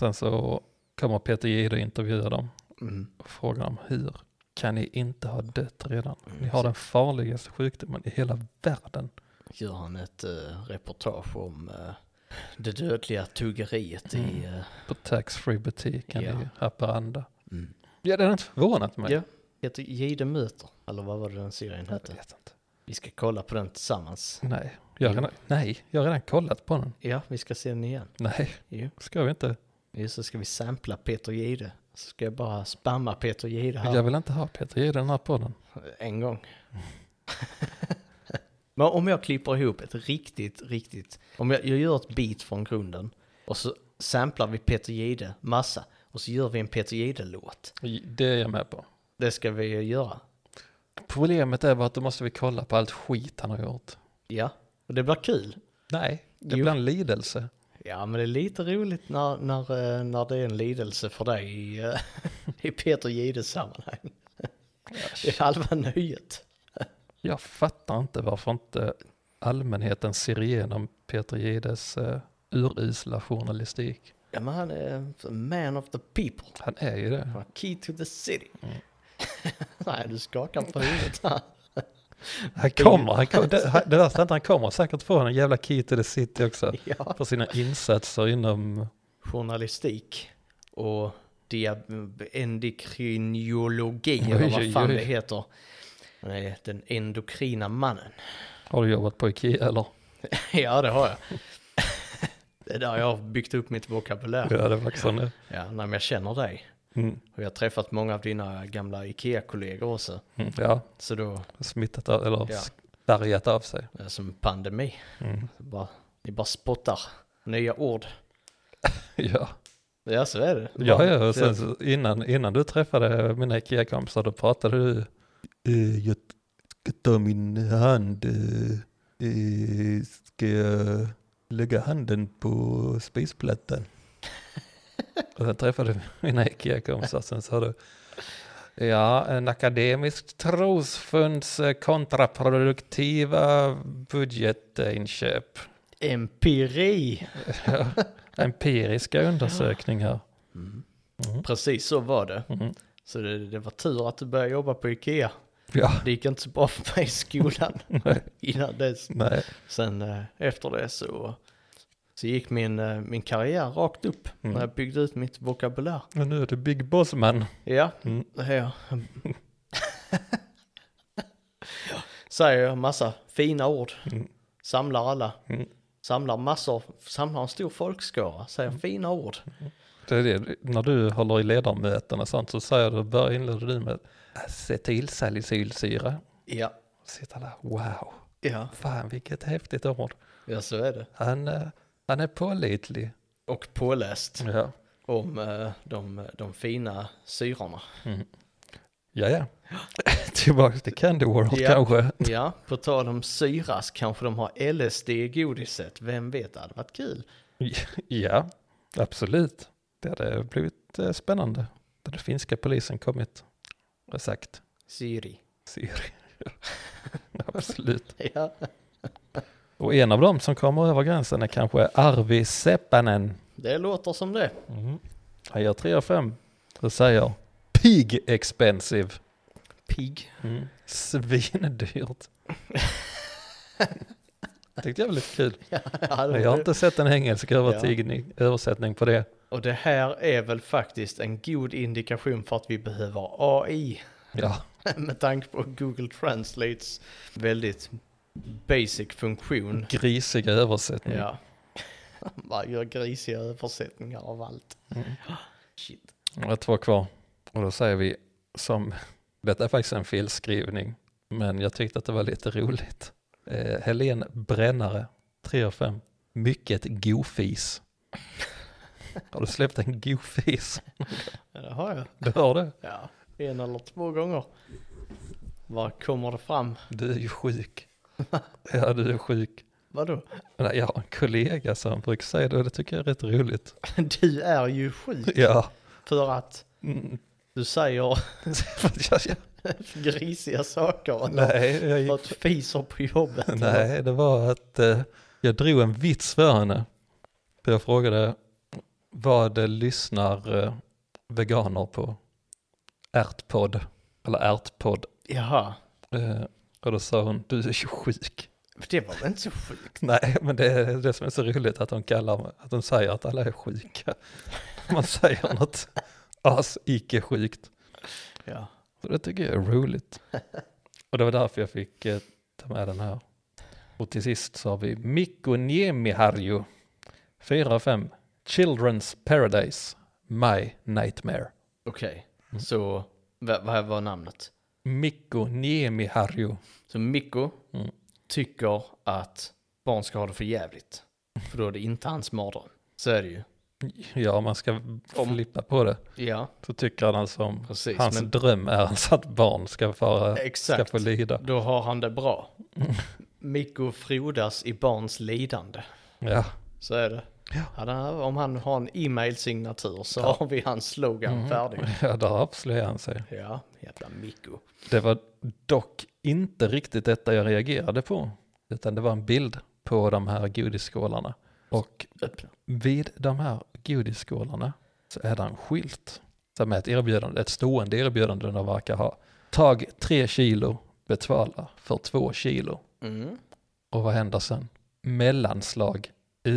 Sen så kommer Peter Jihde och intervjuar dem
Mm.
och frågar dem hur kan ni inte ha dött redan?
Mm,
Ni har den farligaste sjukdomen i hela världen.
gör han ett eh, reportage om eh, det dödliga tuggeriet i... eh,
På taxfree butiken
Ja.
i Haparanda.
Mm.
Ja, det har inte förvånat mig.
Ja. heter Jihde möter, eller vad var det den serien
Jag
hette?
vet inte.
Vi ska kolla på den tillsammans.
Nej, jag har redan, nej, jag har redan kollat på den.
Ja, vi ska se den igen.
Nej,
Jo.
ska vi inte.
Jo, så ska vi sampla Peter Jihde. Så ska jag bara spamma Peter Jihde här
Jag vill inte ha Peter Jihde i den här podden.
en gång. Men om jag klipper ihop ett riktigt, riktigt... Om jag, jag gör ett beat från grunden och så samplar vi Peter Jihde massa och så gör vi en Peter Jihde-låt.
Det är jag med på.
Det ska vi göra.
Problemet är bara att då måste vi kolla på allt skit han har gjort.
Ja, och det blir kul.
Nej, det
Jo.
blir en lidelse.
Ja, men det är lite roligt när, när, eh, när det är en lidelse för dig i, eh, i Peter Jihdes sammanhang. Det är halva nöjet.
Jag fattar inte varför inte allmänheten ser igenom Peter Jihdes eh, urusla journalistik.
Ja, men han är the man of the people.
Han är ju det.
Han har Key to the city.
Mm.
Nej, du skakar på huvudet.
Han kommer, han kommer det, han- det värsta är att han kommer säkert få en jävla key to the city också.
ja.
För sina insatser inom,
Journalistik och dia- endokrinologi,
Oj,
eller vad
oj,
fan
oj.
det heter. Han är den endokrina mannen.
har du jobbat på Ikea eller?
ja, det har jag. det är där jag har byggt upp mitt vokabulär.
Ja, det var också nu.
Ja, nej, men jag känner dig.
Mm.
Och jag har träffat många av dina gamla IKEA-kollegor också.
Mm. Ja,
Så då,
smittat av, eller
Ja.
färgat av sig.
det är som en pandemi.
Mm.
Det bara, ni bara spottar nya ord.
Ja,
Ja, så är det.
ja, ja. Och sen, så innan, innan du träffade mina Ikea-kompisar då pratade du, eh, jag ska ta min hand, eh, eh, ska jag lägga handen på spisplattan? Och sen träffade du mina Ikea-kompisar, sen sa du, Ja, en akademisk trosfunds eh, kontraproduktiva budgetinköp.
Empiri.
Empiriska undersökningar.
Mm. Precis så var det.
Mm.
Så det, det var tur att du började jobba på Ikea.
Ja,
Det gick inte så bra för mig i skolan
nej,
innan dess.
nej.
Sen eh, efter det så, så gick min, eh, min karriär rakt upp
Mm.
när jag byggde ut mitt vokabulär.
Men nu är det Big Boss Man.
Ja,
Mm.
det är jag. Säger jag massa fina ord.
Mm.
Samlar alla.
Mm.
Samlar massor. Samlar en stor folkskara. Säger fina ord.
Det är det. När du håller i ledarmöten och sånt så säger du, börjar inleder du med acetylsalicylsyra.
Ja,
Sitter där, wow,
ja.
fan vilket häftigt ord.
ja så är det.
Han, eh, han är pålitlig.
Och påläst
Ja,
om eh, de, de fina syrorna.
ja. ja. Tillbaka till Candy World
Ja.
kanske.
Ja, på tal om syras kanske de har LSD i godiset. Vem vet, det hade varit kul.
Ja, absolut. Det hade blivit eh, spännande. Där den finska polisen kommit och sagt
Syri.
Siri. absolut.
Ja.
Och en av dem som kommer över gränsen är kanske Arvi Seppänen.
Det låter som det.
Han gör 3 av 5 och säger Pig expensive.
Pigg.
Svindyrt. Tyckte jag var lite kul.
Ja, det
Jag har
var det.
inte sett en engelsk övertigning, översättning på det.
Och det här är väl faktiskt en god indikation för att vi behöver AI.
Ja,
Med tanke på Google Translates väldigt basic funktion.
grisiga översättning.
Ja. Man gör grisiga översättningar av allt.
Mm.
Shit.
Jag har två kvar. Och då säger vi som, detta är faktiskt en felskrivning, men jag tyckte att det var lite roligt. Eh, Helen Brännare, 3 av 5. Mycket gofis. Har du släppt en gofis?
Ja, det har jag.
Du hör det?
Ja, en eller två gånger. Vad kommer det fram?
Du är ju sjuk. Ja, du är sjuk.
Vadå?
Nej, jag har en kollega som brukar säga det och det tycker jag är rätt roligt.
Du är ju sjuk
Ja.
för att
Mm.
du säger
Jag- jag-
grisiga saker. eller
Nej, jag
För
gick
att du fiser på jobbet. eller?
Nej, det var att eh, jag drog en vits för henne. För Jag frågade vad det lyssnar eh, veganer på? Ärtpodd, eller ärtpodd.
Jaha,
Eh, och då sa hon, du är ju sjuk.
det var väl inte så sjukt?
Nej, men det är det som är så roligt att de kallar, att de säger att alla är sjuka. Man säger något as icke sjukt.
Ja.
Så det tycker jag är roligt. Och det var därför jag fick eh, ta med den här. Och till sist så har vi Mikko Niemiharju. 4 av 5. Children's Paradise. My Nightmare.
Okej,
Mm.
så vad vad var namnet?
Mikko Niemiharju.
Så Mikko
Mm.
tycker att barn ska ha det för jävligt. För då är det inte hans mardröm. Så är det ju.
Ja, man ska
Om-
flippa på det.
Ja,
Så tycker han alltså om
precis.
hans
men
dröm är alltså att barn ska, vara, ska
exakt,
få lida.
då har han det bra. Mikko frodas i barns lidande.
Ja.
Så är det.
Ja.
Hade han- om han har en e-mail-signatur så
Ja. Mm.
har vi hans slogan färdig.
ja, där avslöjar han sig.
Ja, jävla Mikko.
Det var dock inte riktigt detta jag reagerade på, utan det var en bild på de här godisskålarna. Och
Öppna.
vid de här godisskålarna så är det en skylt som är ett erbjudande, ett stående erbjudande de verkar ha. Tag tre kilo, betala för två kilo.
Mm.
Och vad händer sen? Mellanslag,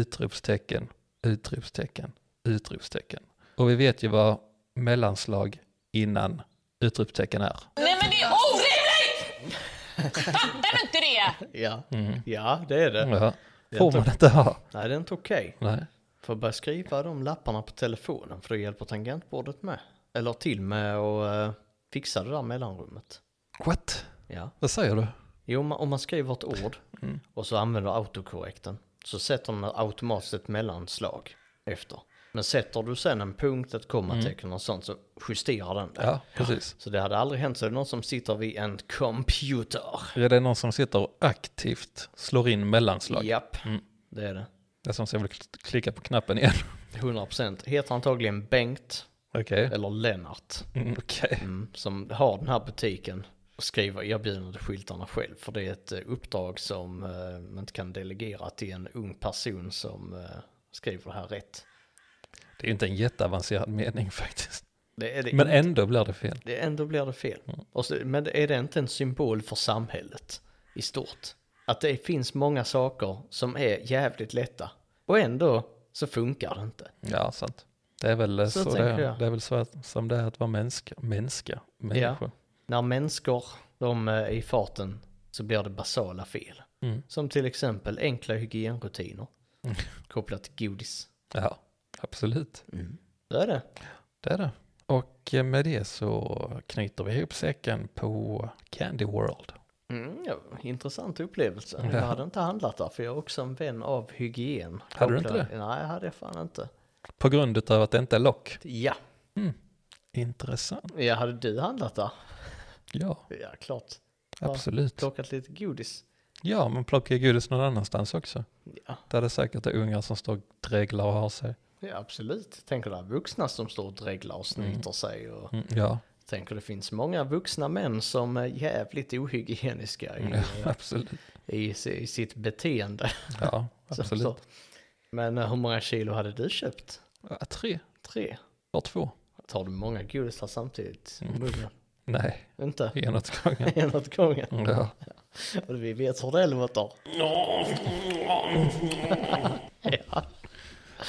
utropstecken, utropstecken, utropstecken. Och vi vet ju vad mellanslag innan utropstecken är.
Nej men det är orimligt! Fattar du inte det?
Ja.
Mm.
ja, det är det.
Ja,
är
får
inte-
man inte ha.
Nej, det är inte okej.
Nej.
Får börja skriva de lapparna på telefonen för då hjälper tangentbordet med. Eller till med och eh, fixa det där mellanrummet.
What?
Ja.
Vad säger du?
Jo, om man- om man skriver ett ord och så använder autokorrekten så sätter den automatiskt ett mellanslag efter. Men sätter du sen en punkt, ett kommatecken och sånt så justerar den det.
Ja, precis.
Så det hade aldrig hänt så är det någon som sitter vid en computer.
Är det någon som sitter och aktivt slår in mellanslag?
Japp, det är det.
Det är som jag vill kl- klicka på knappen igen.
100%. Heter antagligen Bengt
Okej.
eller Lennart.
Mm, Okej.
Mm, som har den här butiken och skriver erbjudandeskyltarna själv. För det är ett eh, uppdrag som eh, man inte kan delegera till en ung person som eh, skriver det här rätt.
Det är ju inte en jätteavancerad mening faktiskt.
Det är det
Men
inte.
ändå blir det fel.
Det, ändå blir det fel. Och så, men är det inte en symbol för samhället i stort? Att det finns många saker som är jävligt lätta och ändå så funkar det inte.
Ja, sant. Det är väl eh,
Så
så, det,
tänker jag.
är. det är väl så att, som det är att vara mänska. Mänska. Människa.
När människor de eh, är i farten så blir det basala fel.
Mm.
Som till exempel enkla hygienrutiner kopplat till godis.
Ja. absolut.
Det är det.
Det är det. Och eh, med det så knyter vi ihop säcken på Candy World.
Mm, ja, intressant upplevelse.
Ja.
Jag hade inte handlat där för jag är också en vän av hygien.
Hade du inte
Kopplat- Nej, hade jag fan inte.
På grund av att det inte är lock.
Ja,
Intressant.
ja hade du handlat där?
Ja,
Ja, klart. Ja.
absolut.
Plockat lite godis.
Ja, man plockar ju godis någon annanstans också.
Ja,
Där det säkert är ungar som står och dreglar och har sig.
ja absolut. Tänker där vuxna som står och dreglar och snyter sig och
Mm, ja,
tänker det finns många vuxna män som är jävligt ohygieniska i,
ja, absolut.
i, si- i sitt beteende.
Ja,
Så-
absolut.
så. Men eh, hur många kilo hade du köpt?
Ja, tre,
Tre?
var två.
Tar du många godisar samtidigt? i munnen?
Nej,
Inte?
en åt gången.
En åt gången?
Ja.
Och vi vet hur det låter.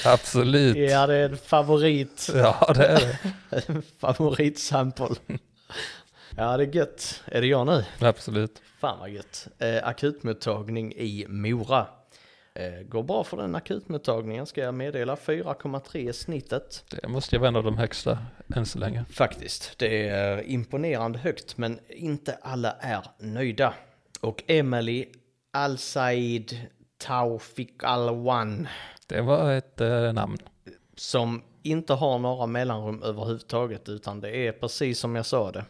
Absolut.
Ja, det är en favorit.
Ja, det är det.
Favoritsample. Ja, det är gött. Är det jag nu?
Absolut.
Fan vad gött. Eh, akutmottagning i Mora. Eh, går bra för den akutmottagningen ska jag meddela. 4,3 i snittet.
Det måste ju vara en av de högsta än så länge.
Faktiskt, det är imponerande högt men inte alla är nöjda. Och Emily Al-Said Taufik Al-Wan
Det var ett eh, namn.
som inte har några mellanrum överhuvudtaget utan det är precis som jag sa det.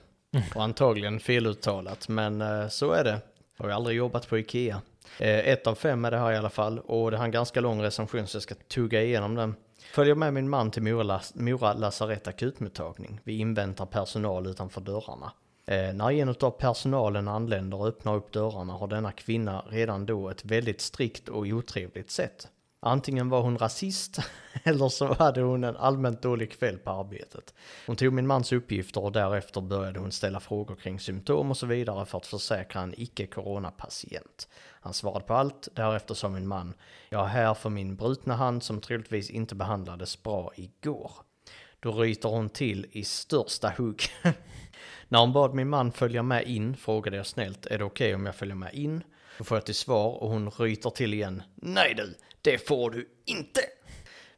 Och antagligen feluttalat men eh, så är det. Har ju aldrig jobbat på Ikea. Eh, Ett av fem är det här i alla fall och det har en ganska lång recension så jag ska tugga igenom den. Följer med min man till Mora, las- Mora lasarett akutmottagning. Vi inväntar personal utanför dörrarna. Eh, när en av personalen anländer och öppnar upp dörrarna har denna kvinna redan då ett väldigt strikt och otrevligt sätt. Antingen var hon rasist eller så hade hon en allmänt dålig kväll på arbetet. Hon tog min mans uppgifter och därefter började hon ställa frågor kring symptom och så vidare för att försäkra en icke-coronapatient. Han svarade på allt, därefter sa min man, jag är här för min brutna hand som troligtvis inte behandlades bra igår. Då ryter hon till i största hugg. När hon bad min man följa med in frågade jag snällt, är det okej om jag följer med in? Då får jag till svar och hon ryter till igen, nej du, det får du inte!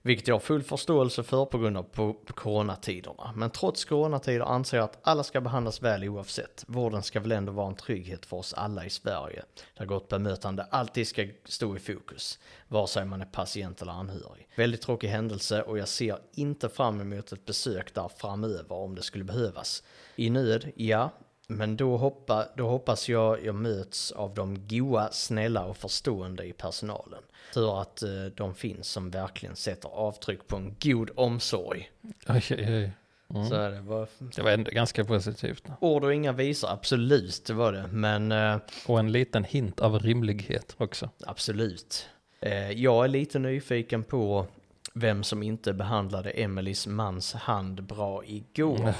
Vilket jag har full förståelse för på grund av på, på coronatiderna. Men trots coronatider anser jag att alla ska behandlas väl oavsett. Vården ska väl ändå vara en trygghet för oss alla i Sverige. Där gott bemötande alltid ska stå i fokus. Vare sig man är patient eller anhörig. Väldigt tråkig händelse och jag ser inte fram emot ett besök där framöver om det skulle behövas. I nöd, ja. Men då, hoppa, då hoppas jag jag möts av de goa, snälla och förstående i personalen. Tur att eh, de finns som verkligen sätter avtryck på en god omsorg.
Aj, aj, aj.
Så är det bara...
Mm. Det var ändå ganska positivt.
Ord och inga visor, absolut, det var det. Men eh,
Och en liten hint av rimlighet också.
absolut. Eh, jag är lite nyfiken på vem som inte behandlade Emelies mans hand bra
Mm.
igår.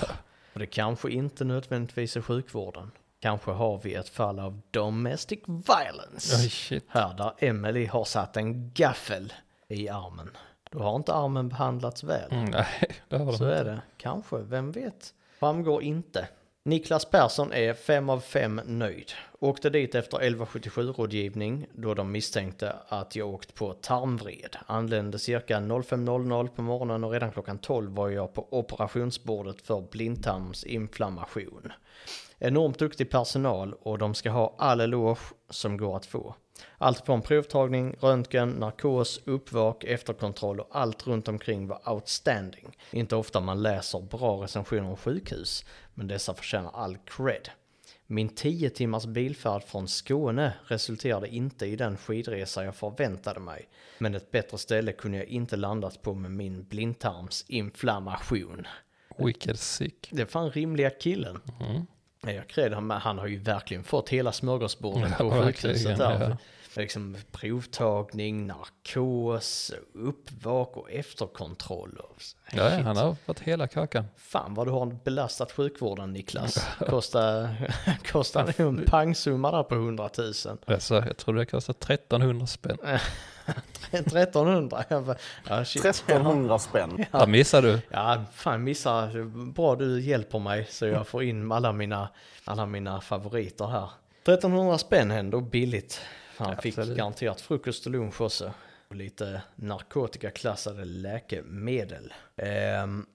Och det kanske inte nödvändigtvis är sjukvården. Kanske har vi ett fall av domestic violence.
Oj, shit.
Här där Emily har satt en gaffel i armen. Då har inte armen behandlats väl.
Mm, nej, det var
Så
det.
är det. Kanske, vem vet? Framgår inte. Niklas Persson är 5 av 5 nöjd. Åkte dit efter 1177-rådgivning då de misstänkte att jag åkt på tarmvred. Anlände cirka 05.00 på morgonen och redan klockan 12 var jag på operationsbordet för blindtarmsinflammation. Enormt duktig personal och de ska ha all eloge som går att få. Allt från provtagning, röntgen, narkos, uppvak, efterkontroll och allt runt omkring var outstanding. Inte ofta man läser bra recensioner om sjukhus, men dessa förtjänar all cred. Min 10 timmars bilfärd från Skåne resulterade inte i den skidresa jag förväntade mig, men ett bättre ställe kunde jag inte landat på med min blindtarmsinflammation.
Wicked sick.
Det är fan rimliga killen.
Mm.
Nej, Jag kred han, men han har ju verkligen fått hela smörgåsbordet på
Ja, verkligen,
sjukhuset där.
ja.
Liksom provtagning, narkos, uppvak och efterkontroll. Och,
Ja,
Shit.
han har fått hela kakan.
Fan vad du har belastat sjukvården Niklas. Kostar, kostar nog en pangsumma där på 100 000.
Alltså, jag tror det kostar 1300 spänn.
1300? Jag bara, Ja, shit.
1300 spänn.
Där missar du.
Ja, fan missar. Bra du hjälper mig så jag får in alla mina, alla mina favoriter här. 1300 spänn ändå billigt. Han fick
Absolut.
garanterat frukost och lunch också. Och lite narkotikaklassade läkemedel. Ehm,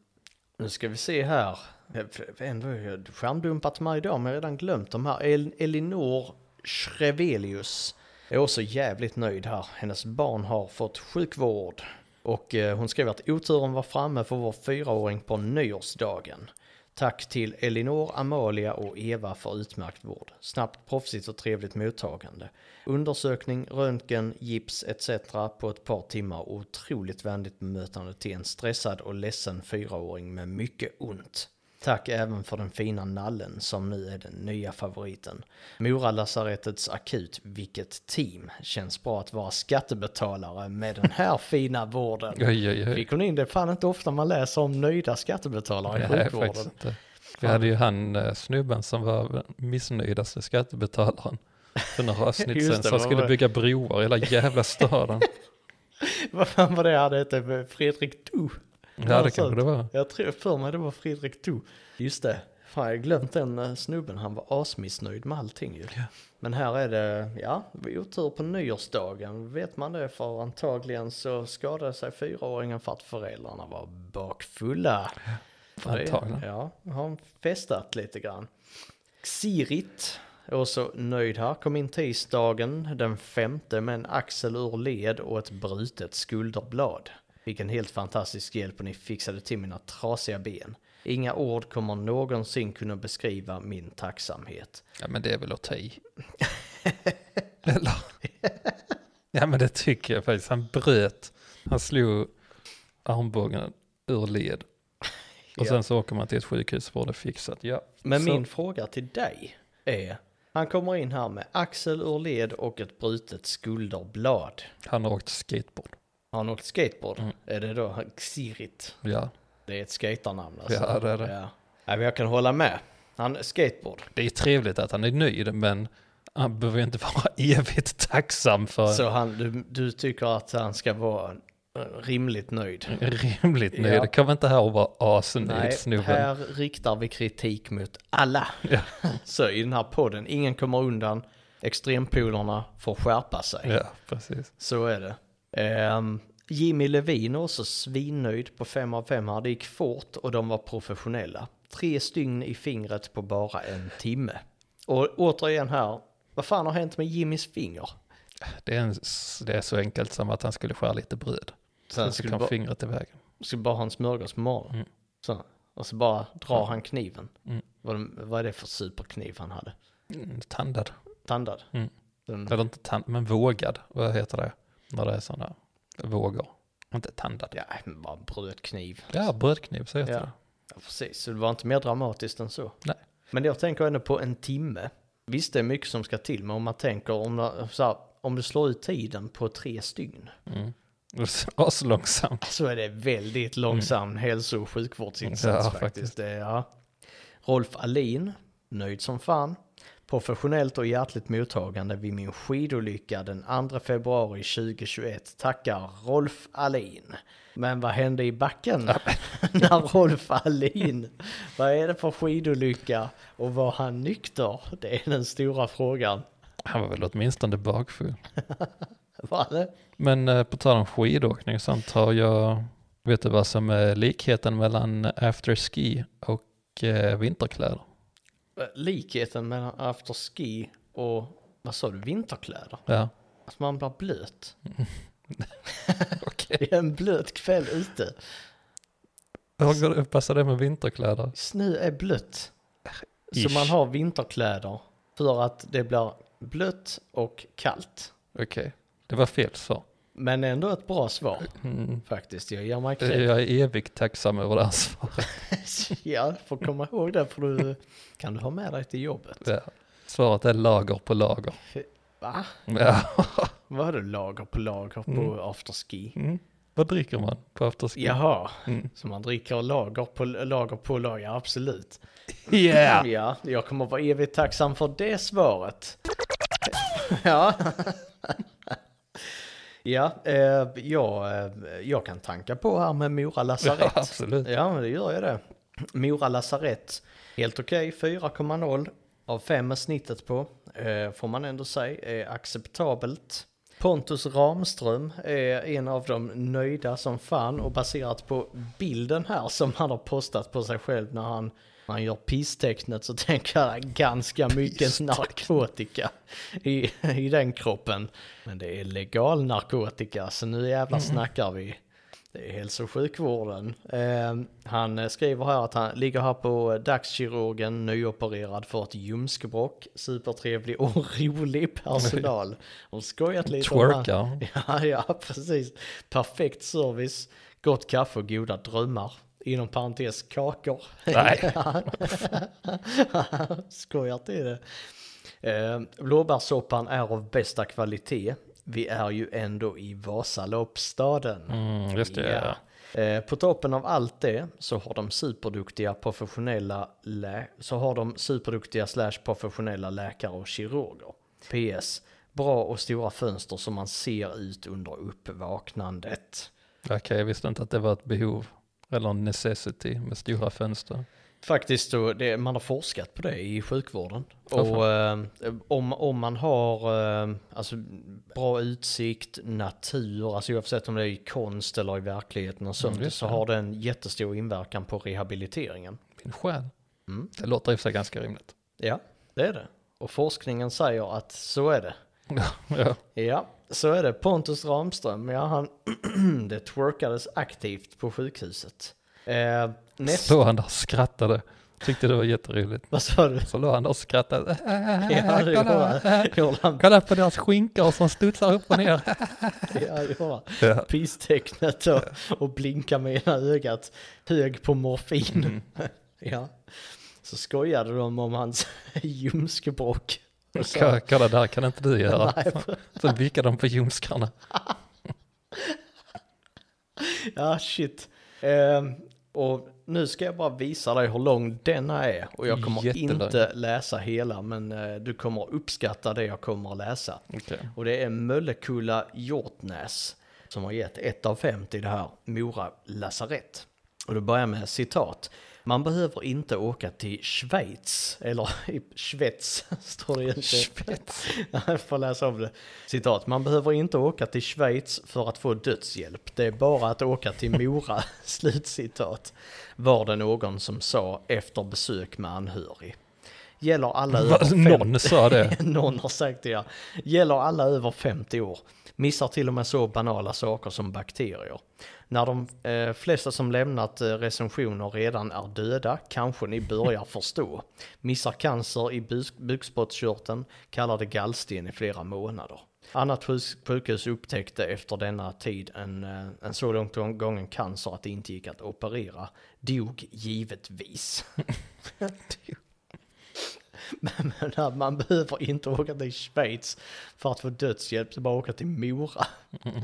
nu ska vi se här. Eh, för- Ändå har jag skärmdumpat mig idag men jag har redan glömt de här. El- Elinor Schrevelius. Jag är också jävligt nöjd här. Hennes barn har fått sjukvård. Och eh, hon skrev att oturen var framme för vår fyraåring på nyårsdagen. Tack till Elinor, Amalia och Eva för utmärkt vård. Snabbt, proffsigt och trevligt mottagande. Undersökning, röntgen, gips etc. på ett par timmar och otroligt vänligt bemötande till en stressad och ledsen fyraåring med mycket ont. Tack även för den fina nallen som nu är den nya favoriten. Mora lasarettets akut, vilket team. Känns bra att vara skattebetalare med den här fina vården.
Oj, oj, oj.
Fick hon in det? Fan inte ofta man läser om nöjda skattebetalare i
Nej,
sjukvården.
faktiskt inte. Vi hade ju han eh, snubben som var den missnöjdaste skattebetalaren för några avsnitt
Just
sen,
det,
som
vad
skulle
var-
bygga broar i hela jävla staden.
Vad fan var det han hette? Fredrik Du?
Ja, det kanske det var.
Jag tror för mig det var Fredrik Du. Just det. Fan, jag har glömt den eh, snubben. Han var asmissnöjd med allting ju. Men här är det, ja, otur på nyårsdagen. Vet man det för antagligen så skadade sig fyraåringen för att föräldrarna var bakfulla. För det-
Antagligen.
Ja, har han festat lite grann. Xirit. Också nöjd här, kom in tisdagen den femte med en axel ur led och ett brutet skulderblad. Vilken helt fantastisk hjälp och ni fixade till mina trasiga ben. Inga ord kommer någonsin kunna beskriva min tacksamhet.
Ja, men det är väl att ta i. Eller? Ja, men det tycker jag faktiskt. Han bröt, han slog armbågen ur led. Och
Ja.
sen så åker man till ett sjukhus och får det fixat. Ja.
Men
Så-
min fråga till dig är, han kommer in här med axel ur led och ett brutet skulderblad.
Han har åkt skateboard.
Har han åkt skateboard?
Mm.
Är det då Xirit?
Ja,
Det är ett skaternamn alltså.
Ja, det är det.
Ja. Nej, men jag kan hålla med. Han skateboard.
det är trevligt att han är nöjd, men han behöver ju inte vara evigt tacksam för
Så han, du, du tycker att han ska vara eh, rimligt nöjd?
Mm. rimligt nöjd.
Ja.
Kom inte här och vara
Nej,
asnöjd snubben.
här riktar vi kritik mot alla.
Ja.
Så i den här podden, ingen kommer undan. Extrempolarna får skärpa sig.
Ja, precis.
Så är det. Ehm, Jimmy Levin är också svinnöjd på fem av fem här. Det gick fort och de var professionella. Tre stygn i fingret på bara en timme. Och återigen här, vad fan har hänt med Jimmys finger?
Det är, en, s- det är så enkelt som att han skulle skära lite bröd. Sen så
skulle
kom
bara-
fingret i vägen.
Ska bara ha en smörgås på morgonen.
Mm.
Så. Och så bara drar han kniven.
Mm.
Vad, vad är det för superkniv han hade?
Mm, Tandad.
Tandad?
Mm.
Den,
Eller inte tand, men vågad. Vad heter det? När det är sådana vågor. Inte tandad.
ja, men bara en brödkniv.
Ja, brödkniv så heter
Ja.
det.
Ja, precis. Så det var inte mer dramatiskt än så.
Nej.
Men jag tänker ändå på en timme. Visst, det är mycket som ska till, men om man tänker om, så här, om du slår ut tiden på tre stygn
Mm. Aslångsamt.
så är det väldigt långsam hälso och sjukvårdsinsats
Mm. Ja,
faktiskt.
faktiskt.
Det, är- ja. Rolf Alin, nöjd som fan. Professionellt och hjärtligt mottagande vid min skidolycka den 2 februari 2021 tackar Rolf Alin. Men vad hände i backen när Rolf Alin? Vad är det för skidolycka och var han nykter? Det är den stora frågan.
Han var väl åtminstone bakfull.
Var det?
Men eh, på tal om skidåkning och sånt har jag, vet du vad som är likheten mellan afterski och eh, vinterkläder?
Likheten mellan afterski och vad sa du, vinterkläder?
Ja,
Att Alltså, man blir blöt.
okej.
Det är en blöt kväll ute.
Hur går det- hur passar det med vinterkläder?
Snö är blött. Så
Ish.
man har vinterkläder för att det blir blött och kallt.
Okej, det var fel svar.
Men ändå ett bra svar
Mm.
faktiskt. Jag ger mig
Jag
cred.
är evigt tacksam över det här svaret.
Ja, du får komma ihåg det för du kan du ha med dig till jobbet.
Ja. Svaret är lager på lager.
Va?
Ja.
Vad har du lager på lager på
Mm.
afterski?
Mm. Vad dricker man på afterski?
Jaha,
Mm.
så man dricker lager på lager på lager, absolut.
Yeah.
Ja, jag kommer vara evigt tacksam för det svaret. Ja. Ja, eh, jag, eh, jag kan tanka på här med Mora
Ja,
lasarett.
absolut.
Ja, men det gör jag det. Mora lasarett, helt okej, 4,0 av 5 är snittet på. Eh, får man ändå säga är acceptabelt. Pontus Ramström är en av de nöjda som fan och baserat på bilden här som han har postat på sig själv när han, när han gör pisstecknet så tänker jag ganska mycket narkotika i, i den kroppen. Men det är legal narkotika så nu jävlar snackar vi. Det är hälso och sjukvården. Eh, han eh, skriver här att han ligger här på eh, dagskirurgen, nyopererad för ett ljumskbråck. Supertrevlig och rolig personal. Och skojat lite om
Twerkar.
han. Ja, ja, precis. Perfekt service, gott kaffe och goda drömmar. Inom parentes kakor.
Nej.
Skojar till det. Eh, blåbärssoppan är av bästa kvalitet. Vi är ju ändå i Vasaloppsstaden.
Mm, just det.
Ja. Eh, På toppen av allt det så har de superduktiga professionella lä- så har de superduktiga slash professionella läkare och kirurger. PS. Bra och stora fönster som man ser ut under uppvaknandet.
Okej, jag visste inte att det var ett behov. Eller en necessity med stora fönster.
Faktiskt, så det, man har forskat på det i sjukvården.
Åh,
och eh, om, om man har eh, alltså, bra utsikt, natur, alltså oavsett om det är i konst eller i verkligheten och sånt,
Mm, just
så
det.
har det en jättestor inverkan på rehabiliteringen.
Min själ.
Mm.
Det låter i och för sig ganska rimligt.
Ja, det är det. Och forskningen säger att så är det.
ja.
Ja, så är det. Pontus Ramström, ja han, det twerkades aktivt på sjukhuset. Eh, näst,
Så han där och skrattade. Tyckte det var jätteroligt.
vad sa du?
Så låg han där och skrattade.
Ja, det gjorde
kolla,
han. Gjorde han.
kolla på deras skinkor som studsar upp och ner.
Ja, det gjorde han.
ja.
Pistecknet och, och blinka med ena ögat. Hög på morfin. Ja. Så skojade de om hans ljumskebråck. Och så-
Kolla, kolla, där kan inte du göra.
Nej.
Så vickar de på ljumskarna.
Ja, shit. Ehm, och nu ska jag bara visa dig hur lång denna är. Och jag kommer
Jättelång.
inte läsa hela, men eh, du kommer uppskatta det jag kommer att läsa.
Okej.
Och det är Möllekulla Hjortnäs som har gett ett av fem till det här Mora lasarett. Och då börjar jag med citat. Man behöver inte åka till Schweiz, eller i Schweiz står det inte. Schweiz. Jag får läsa om det. Citat, man behöver inte åka till Schweiz för att få dödshjälp. Det är bara att åka till Mora, slutcitat. Var det någon som sa efter besök med anhörig. Gäller alla över
Va,
50.
någon sa det.
Någon har sagt det, ja. Gäller alla över 50 år. Missar till och med så banala saker som bakterier. När de eh, flesta som lämnat eh, recensioner redan är döda kanske ni börjar förstå. Missar cancer i bus- bukspottkörteln, kallar det gallsten i flera månader. Annat sjus- sjukhus upptäckte efter denna tid en, eh, en så långt gången cancer att det inte gick att operera. Dog givetvis. Men menar, man behöver inte åka till Schweiz för att få dödshjälp, så bara åka till Mora.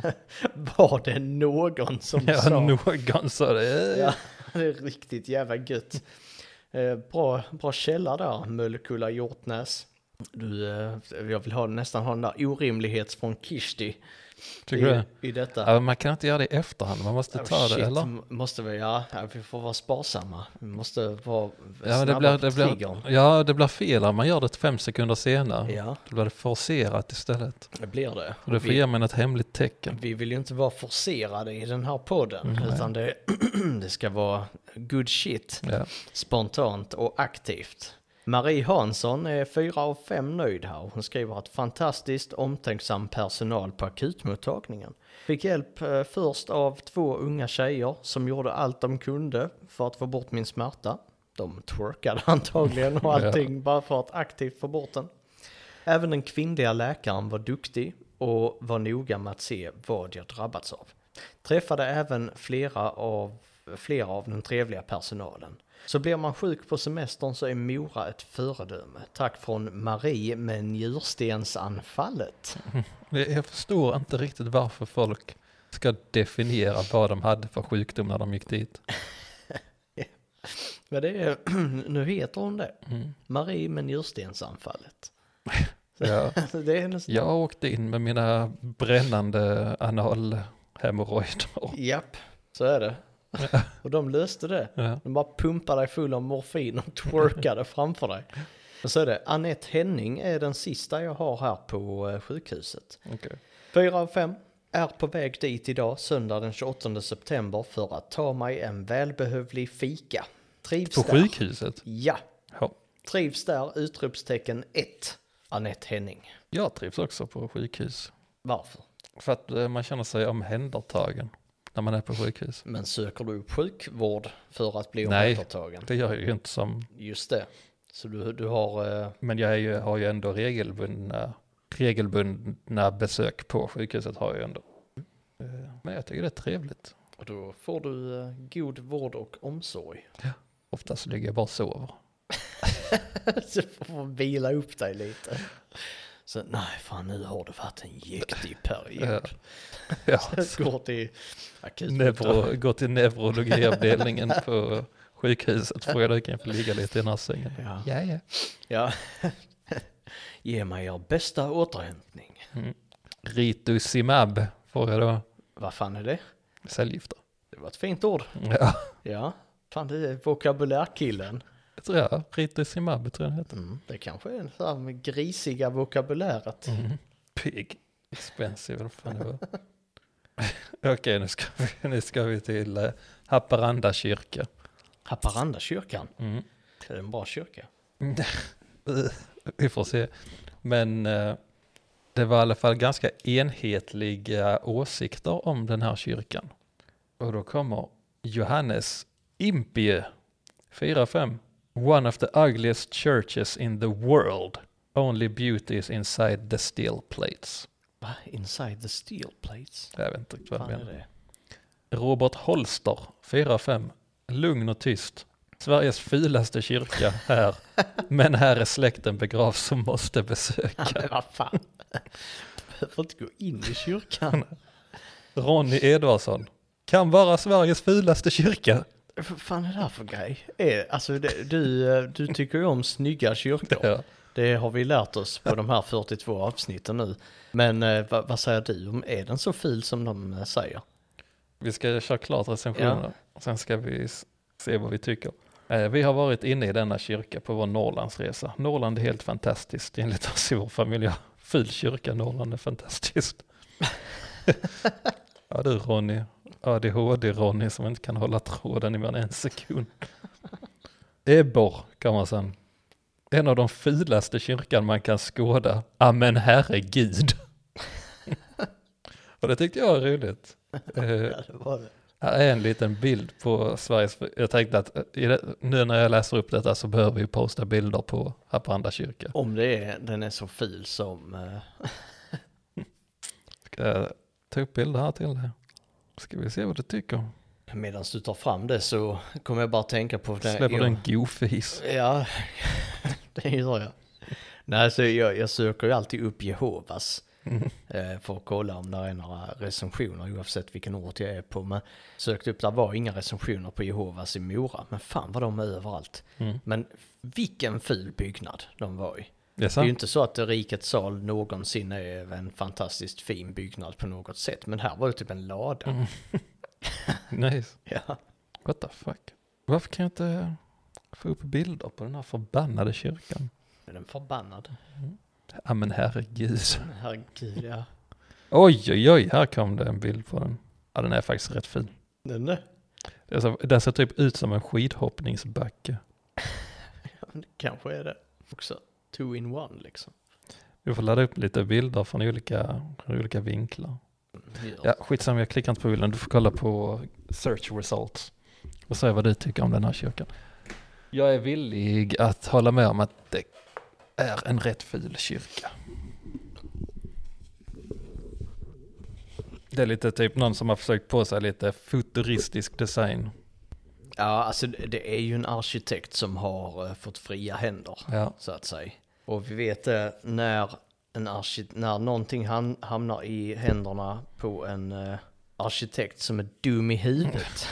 Var det någon som
Ja,
sa?
någon sa det.
Ja, det är riktigt jävla gött. Eh, bra, bra källa där, Möllekulla Hjortnäs. Du, eh, jag vill ha, nästan ha den där orimlighets från Kishti
Tycker du
i,
det?
i detta. Oh,
Ja, man kan inte göra det i efterhand, man måste ta det, eller?
M- Måste vi, ja, ja, vi får vara sparsamma. Vi måste vara
Ja, men
snabba
det blir,
på
det
triggern.
blir, ja, det blir fel om man gör det fem sekunder senare.
Ja,
Då blir det forcerat istället.
det blir det.
Och du får
Vi-
ge mig ett hemligt tecken.
Vi vill ju inte vara forcerade i den här podden,
Mm, Nej.
utan det, det ska vara good shit,
Ja.
spontant och aktivt. Marie Hansson är fyra av fem nöjd här. Hon skriver att fantastiskt omtänksam personal på akutmottagningen. Fick hjälp eh, först av två unga tjejer som gjorde allt de kunde för att få bort min smärta. De twerkade antagligen och
Ja.
allting bara för att aktivt få bort den. Även den kvinnliga läkaren var duktig och var noga med att se vad jag drabbats av. Träffade även flera av, flera av den trevliga personalen. Så blir man sjuk på semestern så är Mora ett föredöme. Tack från Marie med njurstensanfallet.
Jag förstår inte riktigt varför folk ska definiera vad de hade för sjukdom när de gick dit.
Men det är, nu heter hon det.
Mm.
Marie med njurstensanfallet.
Ja.
Det är hennes
Jag åkte in med mina brännande analhemorrojder.
Japp, så är det. Och de löste det.
Ja.
De bara pumpar dig full av morfin och twerkade framför dig. Och så är det, Annette Henning är den sista jag har här på eh, sjukhuset.
Okej.
Fyra av fem. Är på väg dit idag, söndag den 28 september, för att ta mig en välbehövlig fika. Trivs
På
där.
sjukhuset?
Ja.
Ja.
Trivs där, utropstecken 1. Annette Henning.
Jag trivs också på sjukhus.
Varför?
För att eh, man känner sig omhändertagen när man är på sjukhus.
Men söker du upp sjukvård för att bli
Nej.
omhändertagen?
Det gör jag ju inte som,
Just det. Så du, du har... eh,
men jag är ju, har ju ändå regelbundna, regelbundna besök på sjukhuset har jag ju ändå. Eh, Men jag tycker det är trevligt.
Och då får du eh, god vård och omsorg.
Oftast ligger jag bara och sover.
Så får man vila upp dig lite. Så nej, fan nu har det varit en jäktig period.
Ja,
Går till akutmottagningen.
neuro, gå till neurologiavdelningen på sjukhuset. Fråga dig kan jag få ligga lite i den här sängen.
Ja.
Ja, ja.
ja. Ge mig er bästa återhämtning.
Rituximab får jag då.
Vad fan är det?
Cellgifter.
Det var ett fint ord.
Ja,
Ja, fan det är vokabulärkillen.
det tror jag. Rituximab tror jag det heter.
Mm. Det kanske är det här med grisiga vokabuläret.
Mm. Pig. Expensive, eller vad fan det var. Okej, nu, ska vi, nu ska vi till eh, Haparanda kyrka.
Haparanda kyrkan,
Mm.
det är en bra kyrka.
Eh, Vi får se. Men eh, det var i alla fall ganska enhetliga åsikter om den här kyrkan. Och då kommer Johannes Impie, 4-5. One of the ugliest churches in the world. Only beauty is inside the steel plates.
Va? Inside the steel plates?
Jag vet inte riktigt vad jag
Fan
menar.
är det?
Robert Holster, 4-5. Lugn och tyst. Sveriges fulaste kyrka här. Men här är släkten begravd som måste besöka.
Men vad fan. Behöver inte gå in i kyrkan.
Ronny Edvardsson. Kan vara Sveriges fulaste kyrka.
Vad fan är det här för grej? Eh, Alltså det, du, eh, du tycker ju om snygga kyrkor.
Ja.
Det har vi lärt oss på de här 42 avsnitten nu. Men eh, vad, vad säger du om, är den så fil som de eh, säger?
Vi ska köra klart recensionerna. Sen ska vi s- se vad vi tycker. Eh, Vi har varit inne i denna kyrka på vår Norrlandsresa. Norrland är helt fantastiskt enligt oss i vår familj. Ja, Ful kyrka, Norrland är fantastiskt. ja du Ronny, ADHD-Ronny som inte kan hålla tråden i mer än en sekund. Ebbor kan man sen. En av de fulaste kyrkan man kan skåda. Amen herregud. Och det tyckte jag var roligt. Eh,
Ja, det var det.
här är en liten bild på Sveriges... Jag tänkte att eh, i det, nu när jag läser upp detta så behöver vi posta bilder på Haparanda kyrka.
Om det är, den är så fil som... eh,
Ska jag eh, ta upp bilder här till det? Ska vi se vad du tycker?
Medan du tar fram det så kommer jag bara tänka på... den-
Släpper
jag-
du en gofis?
Ja, det gör jag. Nej, så jag, jag söker ju alltid upp Jehovas eh, för att kolla om det är några recensioner oavsett vilken ort jag är på. Men sökte upp, där var inga recensioner på Jehovas i Mora. Men fan vad de är överallt.
Mm.
Men vilken ful byggnad de var i.
Det är
Det är ju
sant.
inte så att Rikets sal någonsin är en fantastiskt fin byggnad på något sätt. Men här var det typ en lada.
Nice.
Ja.
What the fuck? Varför kan jag inte eh, få upp bilder på den här förbannade kyrkan?
Är den förbannad?
Ja men herregud.
Herregud, ja.
Oj oj oj, här kom det en bild på den. Ja den är faktiskt rätt fin.
Den där.
Det är så- Den ser typ ut som en skidhoppningsbacke.
Kanske är det också two in one liksom.
Vi får ladda upp lite bilder från olika, från olika vinklar.
Gör.
Ja, skitsamma, jag klickar inte på bilden. Du får kolla på search results och säga vad du tycker om den här kyrkan. Jag är villig att hålla med om att det är en rätt ful kyrka. Det är lite typ någon som har försökt på sig lite futuristisk design.
ja, alltså det det är ju en arkitekt som har eh, fått fria händer
Ja,
så att säga. Och vi vet det när, en arkit- när någonting ham- hamnar i händerna på en eh, arkitekt som är dum i huvudet.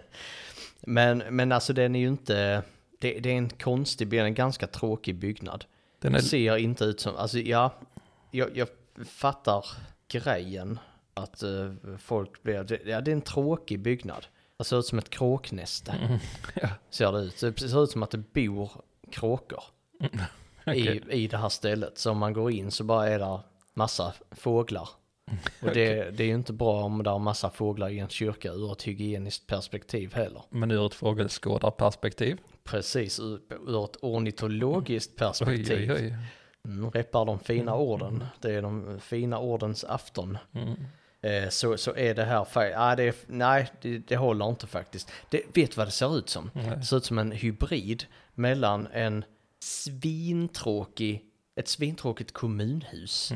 men, men alltså den är ju inte, det, det är en konstig, det är en ganska tråkig byggnad.
den är,
ser inte ut som, alltså ja, jag, jag fattar grejen att eh, folk blir, det, ja det är en tråkig byggnad. Det ser ut som ett kråknäste,
Mm. ja,
ser det ut. Det ser ut som att det bor kråkor
okej.
i, i det här stället. Så om man går in så bara är där massa fåglar. Och det, det är ju inte bra om det är massa fåglar i en kyrka ur ett hygieniskt perspektiv heller.
Men ur ett fågelskådarperspektiv.
Precis, ur, ur ett ornitologiskt
Oj,
perspektiv.
oj, oj.
Mm, repar de fina orden. Det är de fina ordens afton.
Mm.
Eh, så, så är det här, fa- ah, det är, nej det, det håller inte faktiskt. Det, vet du vad det ser ut som? Det ser ut som en hybrid mellan en svintråkig, ett svintråkigt kommunhus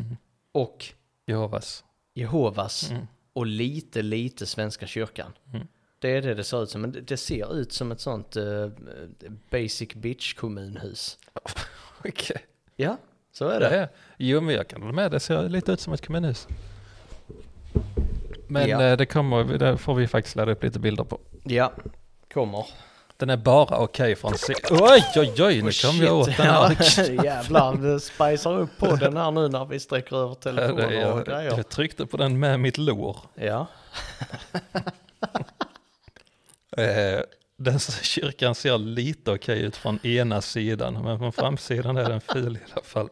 och
Jehovas.
Jehovas och lite, lite Svenska kyrkan. Det är det det ser ut som, men det, det ser ut som ett sånt eh, basic bitch kommunhus.
Okej.
Ja, så är
Det
det.
är. Jo, men jag kan hålla med. Det ser lite ut som ett kommunhus. Men
Ja.
eh, det kommer, det får vi faktiskt ladda upp lite bilder på.
Ja, kommer.
Den är bara okej från se- Oj, oj, oj, nu kom jag åt den här.
Oh, Ja, jävlar, det spicar upp på den här nu när vi sträcker över telefoner och
Jag,
grejer.
jag tryckte på den med mitt lår.
Ja,
Eh, Den s- kyrkan ser lite okej ut från ena sidan, men från framsidan är den ful i alla fall.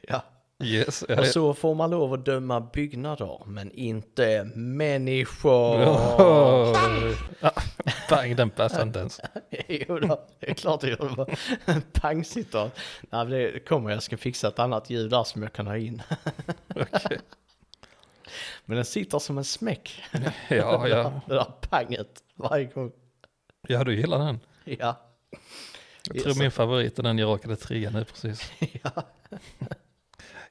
ja.
Yes, jag,
Och så får man lov att döma byggnader, men inte människor.
Åh. Ah, bang, den passade inte ens.
jo då, det är klart det gör. det bara. Pang sitter han. Nej, men det kommer jag ska fixa ett annat ljud där som jag kan ha in.
Okej.
Men den sitter som en smäck,
Ja,
det
ja.
där- det där panget varje gång.
ja, du gillar den.
Ja,
Jag tror
Yes.
min favorit är den jag råkade trigga nu precis.
ja.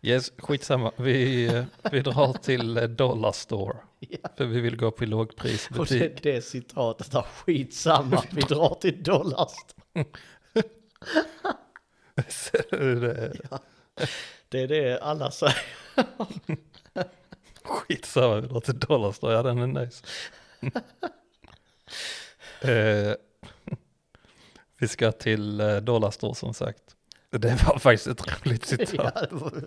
Yes, skitsamma. Vi, eh, vi drar till eh, Dollar Store.
Ja.
För vi vill gå på
Och
lågprisbutik.
det, det citatet där, skitsamma, vi drar till Dollarstore.
Så det- eh,
Det är det alla säger.
Skitsamma, vi drar till Dollar Store. Ja, den är nice. eh, vi ska till eh, Dollar Store som sagt. Det var faktiskt ett roligt citat.
Ja, det var-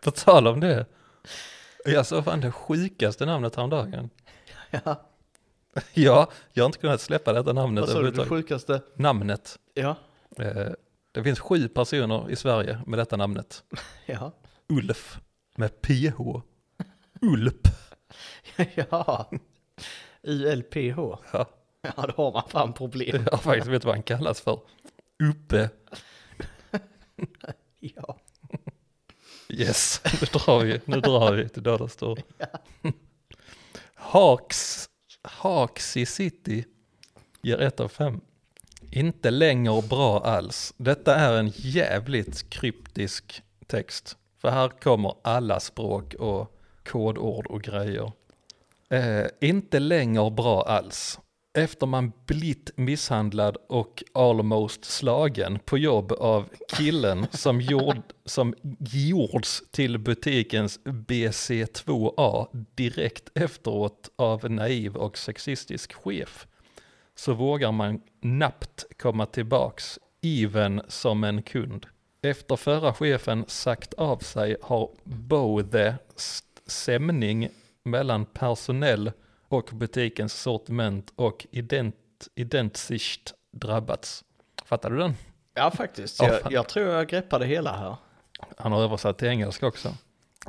På tal om det. Jag såg fan det sjukaste namnet häromdagen.
ja.
Ja, jag har inte kunnat släppa detta namnet
Vad sa du, det
överhuvudtaget.
sjukaste?
Namnet.
Ja,
Eh, det finns sju personer i Sverige med detta namnet.
ja,
Ulf med PH. Ulp.
ja. ULPH.
Ja,
Ja, då har man fan problem.
jag har faktiskt vet vad han kallas för. Uppe.
Ja.
Yes, nu drar vi, nu drar vi till Döda Stor. Hawks, Hawks i City ger ett av fem. Inte längre bra alls. Detta är en jävligt kryptisk text. För här kommer alla språk och kodord och grejer. Eh, inte längre bra alls. Efter man blivit misshandlad och almost slagen på jobb av killen som, gjord, som gjorts till butikens BC2A direkt efteråt av naiv och sexistisk chef så vågar man knappt komma tillbaks, even som en kund. Efter förra chefen sagt av sig har både st- sämning mellan personell och butikens sortiment och ident, identiskt drabbats. Fattar du den?
Ja, faktiskt.
Ja,
Jag,
fan.
jag tror jag greppade hela här.
Han har översatt till engelska också.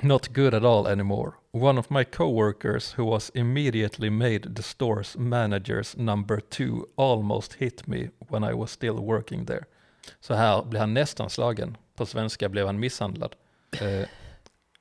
Not good at all anymore. One of my coworkers who was immediately made the store's manager's number two almost hit me when I was still working there. Så här blev han nästan slagen. På svenska blev han misshandlad. Eh,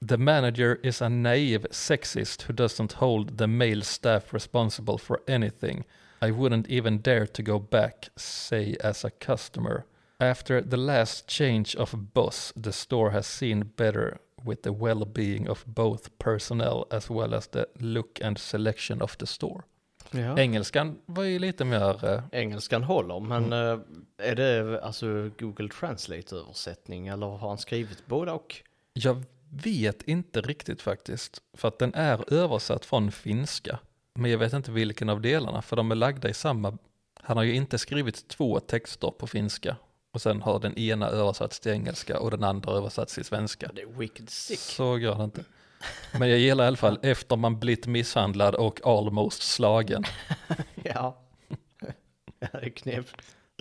the manager is a naive sexist who doesn't hold the male staff responsible for anything. I wouldn't even dare to go back, say as a customer. After the last change of boss, the store has seen better with the well-being of both personnel as well as the look and selection of the store.
Ja.
Engelskan var ju lite mer, eh,
Engelskan håller, men eh, är det alltså Google Translate-översättning eller har han skrivit både och?
jag vet inte riktigt faktiskt, för att den är översatt från finska. Men jag vet inte vilken av delarna, för de är lagda i samma, han har ju inte skrivit två texter på finska. Och sen har den ena översatts till engelska och den andra översatts till svenska.
Det är wicked sick.
Så gör det inte. Men jag gillar i alla fall efter man blivit misshandlad och almost slagen
Ja. ja, det är knep.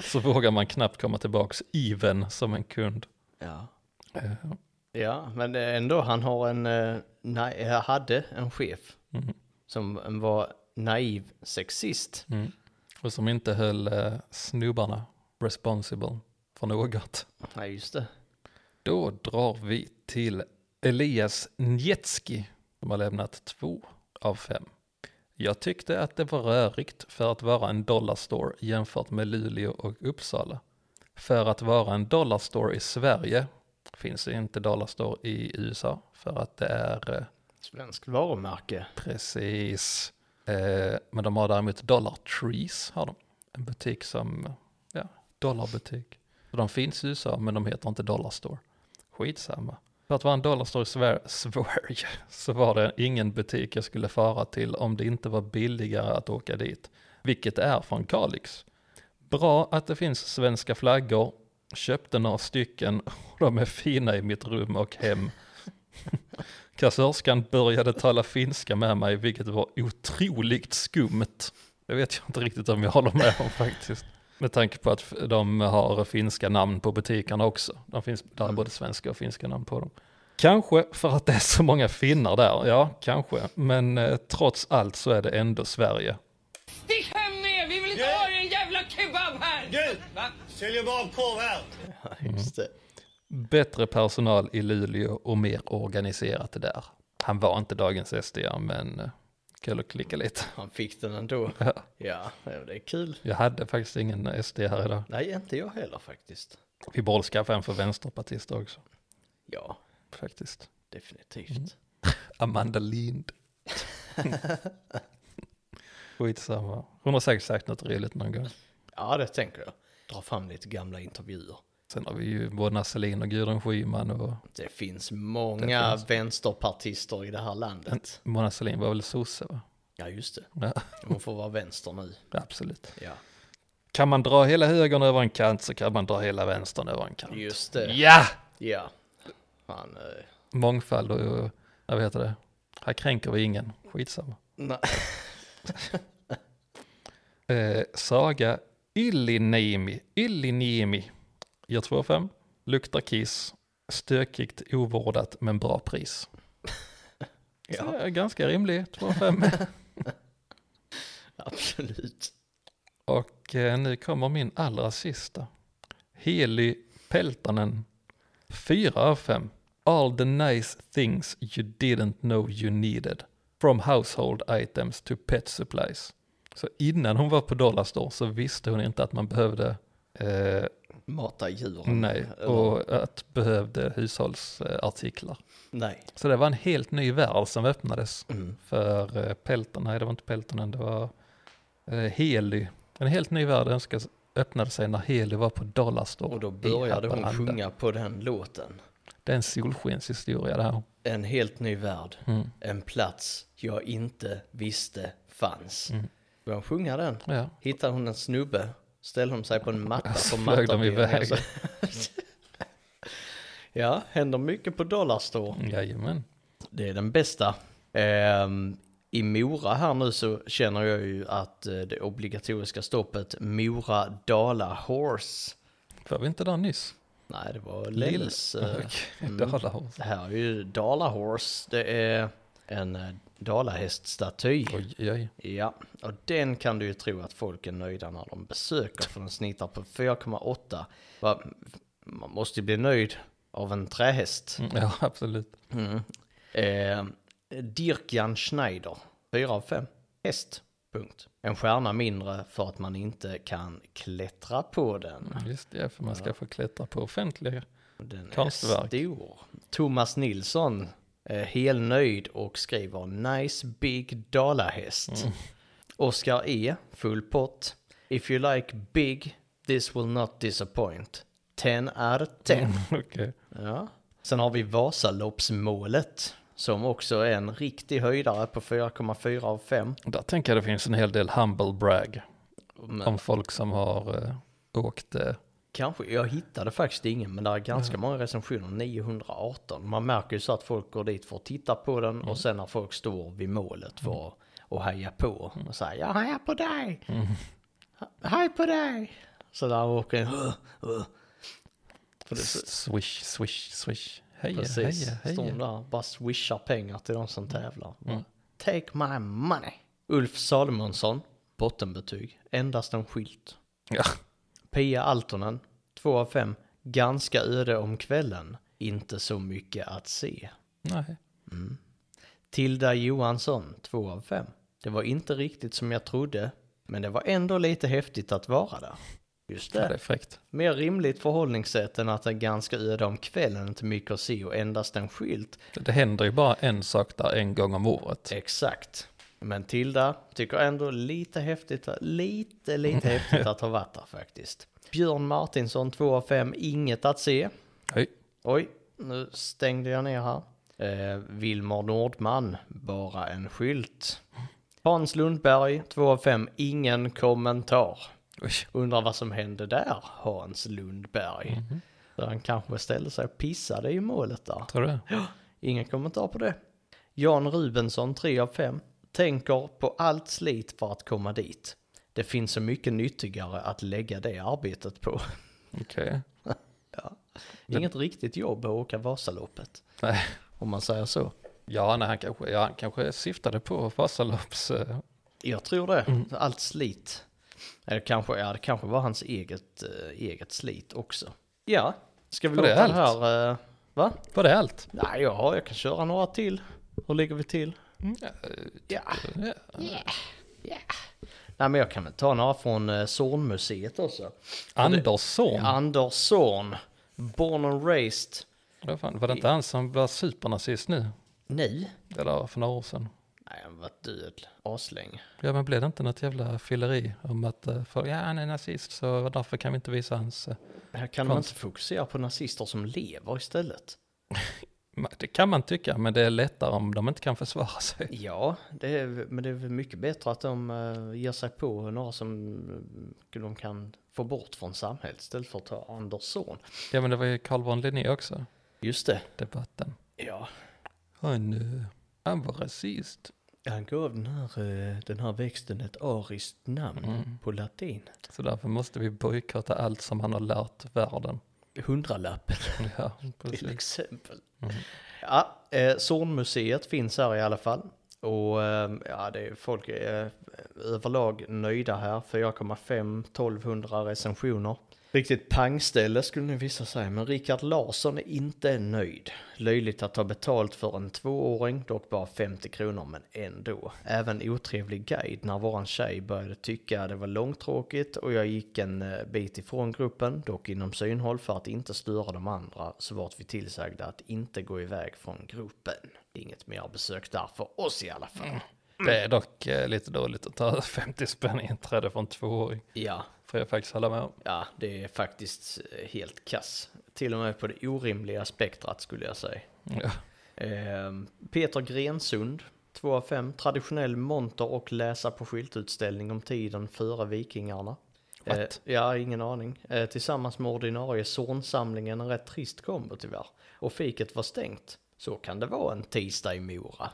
så vågar man knappt komma tillbaks even som en kund.
Ja.
Eh,
ja, men ändå, han har en, eh, nej, jag hade en chef
Mhm.
som var naiv sexist.
Mm. Och som inte höll eh, snubbarna responsible för något.
Nej, just det.
Då drar vi till Elias Njetski som har lämnat två av fem. Jag tyckte att det var rörigt för att vara en dollarstore jämfört med Luleå och Uppsala. För att vara en dollarstore i Sverige finns det inte dollarstore i USA för att det är eh,
Svenskt varumärke.
precis. Eh, men de har däremot Dollar Trees har de. En butik som, ja, dollarbutik. Så de finns i USA men de heter inte Dollar Store. Skitsamma. För att vara en Dollar Store i Sver- Sverige så var det ingen butik jag skulle fara till om det inte var billigare att åka dit. Vilket det är från Kalix. Bra att det finns svenska flaggor. Köpte några stycken och de är fina i mitt rum och hem. Kassörskan började tala finska med mig, vilket var otroligt skumt. Det vet jag inte riktigt om jag håller med om faktiskt. Med tanke på att de har finska namn på butikerna också. De finns, där är både svenska och finska namn på dem. Kanske för att det är så många finnar där, ja kanske. Men eh, trots allt så är det ändå Sverige.
Stick hem med er! Vi vill inte ha er jävla kebab här!
Du!
Va?
Säljer barkorv här!
Ja, just det.
Bättre personal i Luleå och mer organiserat där. Han var inte dagens SD men eh, kul att klicka lite.
Han fick den ändå. Ja, ja, det är kul.
Jag hade faktiskt ingen SD här idag.
Nej, inte jag heller faktiskt.
Vi borde skaffa en för vänsterpartister också,
Ja,
faktiskt.
definitivt.
Amanda Lind. Skitsamma. Hon har säkert sagt något roligt någon gång.
Ja, det tänker jag. Dra fram lite gamla intervjuer.
Sen har vi ju både Nasselin och Gudrun Schyman och
Det finns många vänsterpartister i det här landet.
Mona Sahlin var väl sosse va?
Ja, just det.
Ja,
Hon får vara vänster nu.
absolut.
Ja,
Kan man dra hela högern över en kant så kan man dra hela vänstern över en kant.
just det.
Ja!
Ja. Han, eh,
Mångfald och, jag vet det, här kränker vi ingen. Skitsamma.
nej.
Eh, saga Illinimi, Illinimi, gör 2 av 5, luktar kiss, stökigt, ovårdat men bra pris. Så
Ja.
det är ganska rimlig, 2 av 5.
Absolut.
Och eh, nu kommer min allra sista. Heli Peltanen. 4 av 5. All the nice things you didn't know you needed. From household items to pet supplies. Så innan hon var på Dollarstore så visste hon inte att man behövde, eh,
Mata djuren.
nej,
Eller-
och att behövde hushållsartiklar.
Nej.
Så det var en helt ny värld som öppnades
Mm.
för eh, Pelton. Nej, det var inte Peltonen, det var eh, Heli. En helt ny värld önskas, öppnade sig när Heli var på Dollarstore
Och då
i
började hon
Haparanda.
sjunga på den låten.
Det är en solskenshistoria det här.
En helt ny värld.
Mm.
En plats jag inte visste fanns.
Mm.
Började hon sjunga den?
Ja.
Hittade hon en snubbe, ställde hon sig på en matta på
Flög
mattan.
de iväg.
ja, händer mycket på Dollarstore.
Mm. Jajamän.
Det är den bästa. Ehm, I Mora här nu så känner jag ju att eh, det obligatoriska stoppet Mora-Dala Horse.
Var vi inte där nyss?
Nej, det var
Lill-
Lilles. eh,
Mm. Dollarhorse.
Det här är ju Dala Horse. Det är en eh, dalahäststaty.
Oj, oj.
Ja, och den kan du ju tro att folk är nöjda när de besöker för den snittar på 4,8. Va, Man måste ju bli nöjd av en trähäst.
Mm, Ja, absolut.
Mm. Eh, Dirk-Jan Schneider, 4 av 5. Häst, punkt. En stjärna mindre för att man inte kan klättra på den.
Just det, för man ska få klättra på offentliga.
Den
Konstverk.
är stor. Thomas Nilsson, eh, helnöjd och skriver nice big dalahäst. Oscar E, full pott. If you like big, this will not disappoint. 10 out of 10.
Okej.
Ja. Sen har vi Vasaloppsmålet som också är en riktig höjdare på 4,4 av 5.
Där tänker jag det finns en hel del humble brag
Men
om folk som har eh, åkt eh,
Kanske, jag hittade faktiskt ingen men det är ganska många recensioner, 918. Man märker ju så att folk går dit för att titta på den
Mm.
och sen när folk står vid målet för att och heja på
Mm.
och säger jag hejar på dig! He- Hej på dig! Så där åker en... "Ugh, ugh." För det,
s- swish, swish, swish. Heja,
precis,
heja, Mm.
står de
heja.
där bara swishar pengar till de som tävlar. Take my money! Ulf Salomonsson, bottenbetyg, endast en skylt.
Ja.
Pia Altonen, 2 av 5. Ganska öde om kvällen, inte så mycket att se.
Nej.
Tilda Johansson, 2 av 5. Det var inte riktigt som jag trodde, men det var ändå lite häftigt att vara där. Just
Ja, det
det.
är fräckt.
Mer rimligt förhållningssätt än att det är ganska öde om kvällen, inte mycket att se och endast en skylt.
Det- Det händer ju bara en sak där en gång om året.
Exakt. Men Tilda tycker ändå lite häftigt, lite, lite häftigt att ha varit där faktiskt. Björn Martinsson, 2 av 5. Inget att se.
Hej.
Oj, nu stängde jag ner här. Eh, Vilmar Nordman, bara en skylt. Hans Lundberg, 2 av 5, ingen kommentar.
Oj.
Undrar vad som hände där, Hans Lundberg. Där han kanske ställde sig och pissade i målet där.
Tror du det?
Ingen kommentar på det. Jan Rubensson, 3 av 5, tänker på allt slit för att komma dit. Det finns så mycket nyttigare att lägga det arbetet på.
Okej.
Inget riktigt jobb att åka Vasaloppet,
Nej.
om man säger så.
Ja, nej, han, kanske, ja, han kanske syftade på Vasalopps... Eh,
Jag tror det.
Mm.
Allt slit. Eller kanske, ja, det kanske var hans eget, eh, eget slit också. Ja, ska vi
Var det
låta det
allt?
här... eh, va?
var det allt?
Nej, ja, jag kan köra några till. Hur ligger vi till?
Mm.
Ja.
Ja.
Nej, men jag kan väl ta några från eh, Zornmuseet också.
Andersson?
Andersson, born and raised.
Vad fan, var det inte han som var supernazist nu?
Nej,
Eller för några år sedan?
nej han var död aslänge.
Ja, men blev det inte något jävla fylleri om att eh, för, ja, han är nazist så därför kan vi inte visa hans... eh,
Här kan man inte fokusera på nazister som lever istället.
ma- Det kan man tycka, men det är lättare om de inte kan försvara sig.
Ja, det är, men det är väl mycket bättre att de eh, ger sig på några som eh, de kan få bort från samhället istället för att ta Andersson.
Ja, men det var ju Carl von Linné också,
Just det.
debatten.
Ja.
Han, eh, han var rasist.
Han gav den här, eh, den här växten ett ariskt namn på latin.
Så därför måste vi bojkotta allt som han har lärt världen.
Hundralappen
Ja,
till
precis.
exempel. Ja, eh, Zornmuseet finns här i alla fall. Och eh, ja, det är folk är överlag nöjda här. 4,5 1200 recensioner. Riktigt pangställe skulle nu vissa säga, men Rickard Larsson är inte nöjd. Löjligt att ta betalt för en tvååring, dock bara 50 kronor, men ändå. Även otrevlig guide när våran tjej började tycka det var långtråkigt och jag gick en eh, bit ifrån gruppen, dock inom synhåll för att inte störa de andra, så vart vi tillsagda att inte gå iväg från gruppen. Inget mer besök där för oss i alla fall.
Det är dock eh, lite dåligt att ta 50 spänn i inträde från tvååring.
Ja,
Får jag faktiskt hålla med om.
Ja, det är faktiskt eh, helt kass. Till och med på det orimliga spektrat skulle jag säga.
Ja.
Ehm, Peter Grensund, 2 av 5, traditionell monter och läsa på skyltutställning om tiden före vikingarna.
What?
Eh, ja, ingen aning. Eh, tillsammans med ordinarie Zornsamlingen en rätt trist kombo tyvärr. Och fiket var stängt. Så kan det vara en tisdag i Mora.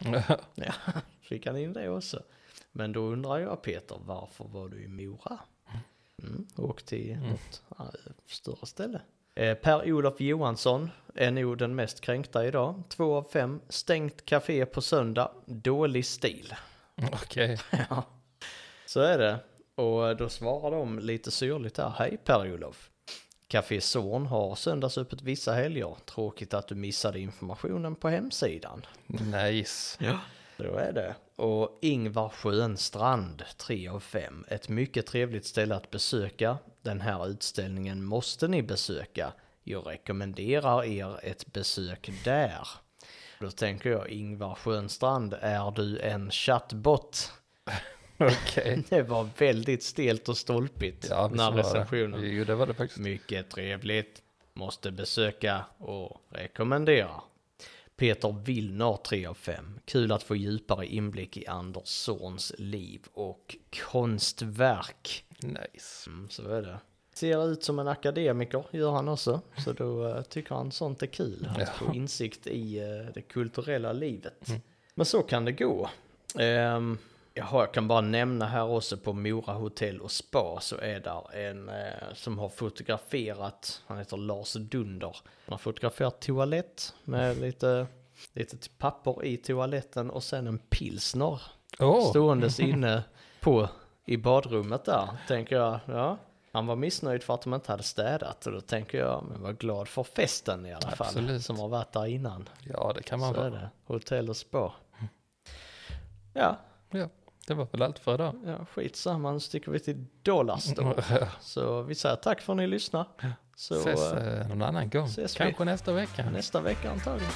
Ja, fick han in det också. Men då undrar jag Peter, varför var du i Mora? Mm, åk till något eh, större ställe. Eh, Per-Olof Johansson är nog den mest kränkta idag. Två av fem. Stängt café på söndag. Dålig stil.
Okej.
Ja, så är det. Och då svarar de lite syrligt här. Hej Per-Olof. Café Zorn har söndagsöppet vissa helger. Tråkigt att du missade informationen på hemsidan.
Nice.
Ja. Så är det. Och Ingvar Schönstrand, 3 av 5. Ett mycket trevligt ställe att besöka. Den här utställningen måste ni besöka. Jag rekommenderar er ett besök där. Då tänker jag Ingvar Schönstrand, är du en chattbot?
Okej.
Det var väldigt stelt och stolpigt
Ja, visst
när
var det.
recensionen.
Jo, det var det faktiskt.
Mycket trevligt. Måste besöka och rekommendera. Peter Willner 3 av 5. Kul att få djupare inblick i Anderssons liv och konstverk.
Nice.
Mm, så är det. Ser ut som en akademiker, gör han också. Så då eh, tycker han sånt är kul. Att få insikt i eh, det kulturella livet. Men så kan det gå. Um, jaha, jag kan bara nämna här också på Mora Hotell och Spa så är där en eh, som har fotograferat, han heter Lars Dunder. Han har fotograferat toalett med lite, lite papper i toaletten och sen en pilsner
Åh,
ståendes inne på i badrummet där, tänker jag. Ja. Han var missnöjd för att de inte hade städat och då tänker jag, men var glad för festen i alla fall.
Absolut.
Som har varit där innan.
ja Mm. det kan man
Så är
vara.
det. Hotell och spa. Ja,
Ja, det var väl allt för idag.
ja skitsamma, nu sticker vi till Dollars
Mm.
då. Så vi säger tack för att ni lyssnar. Så
ses
eh,
eh, någon annan gång.
ses vi.
Kanske nästa vecka.
nästa vecka antagligen.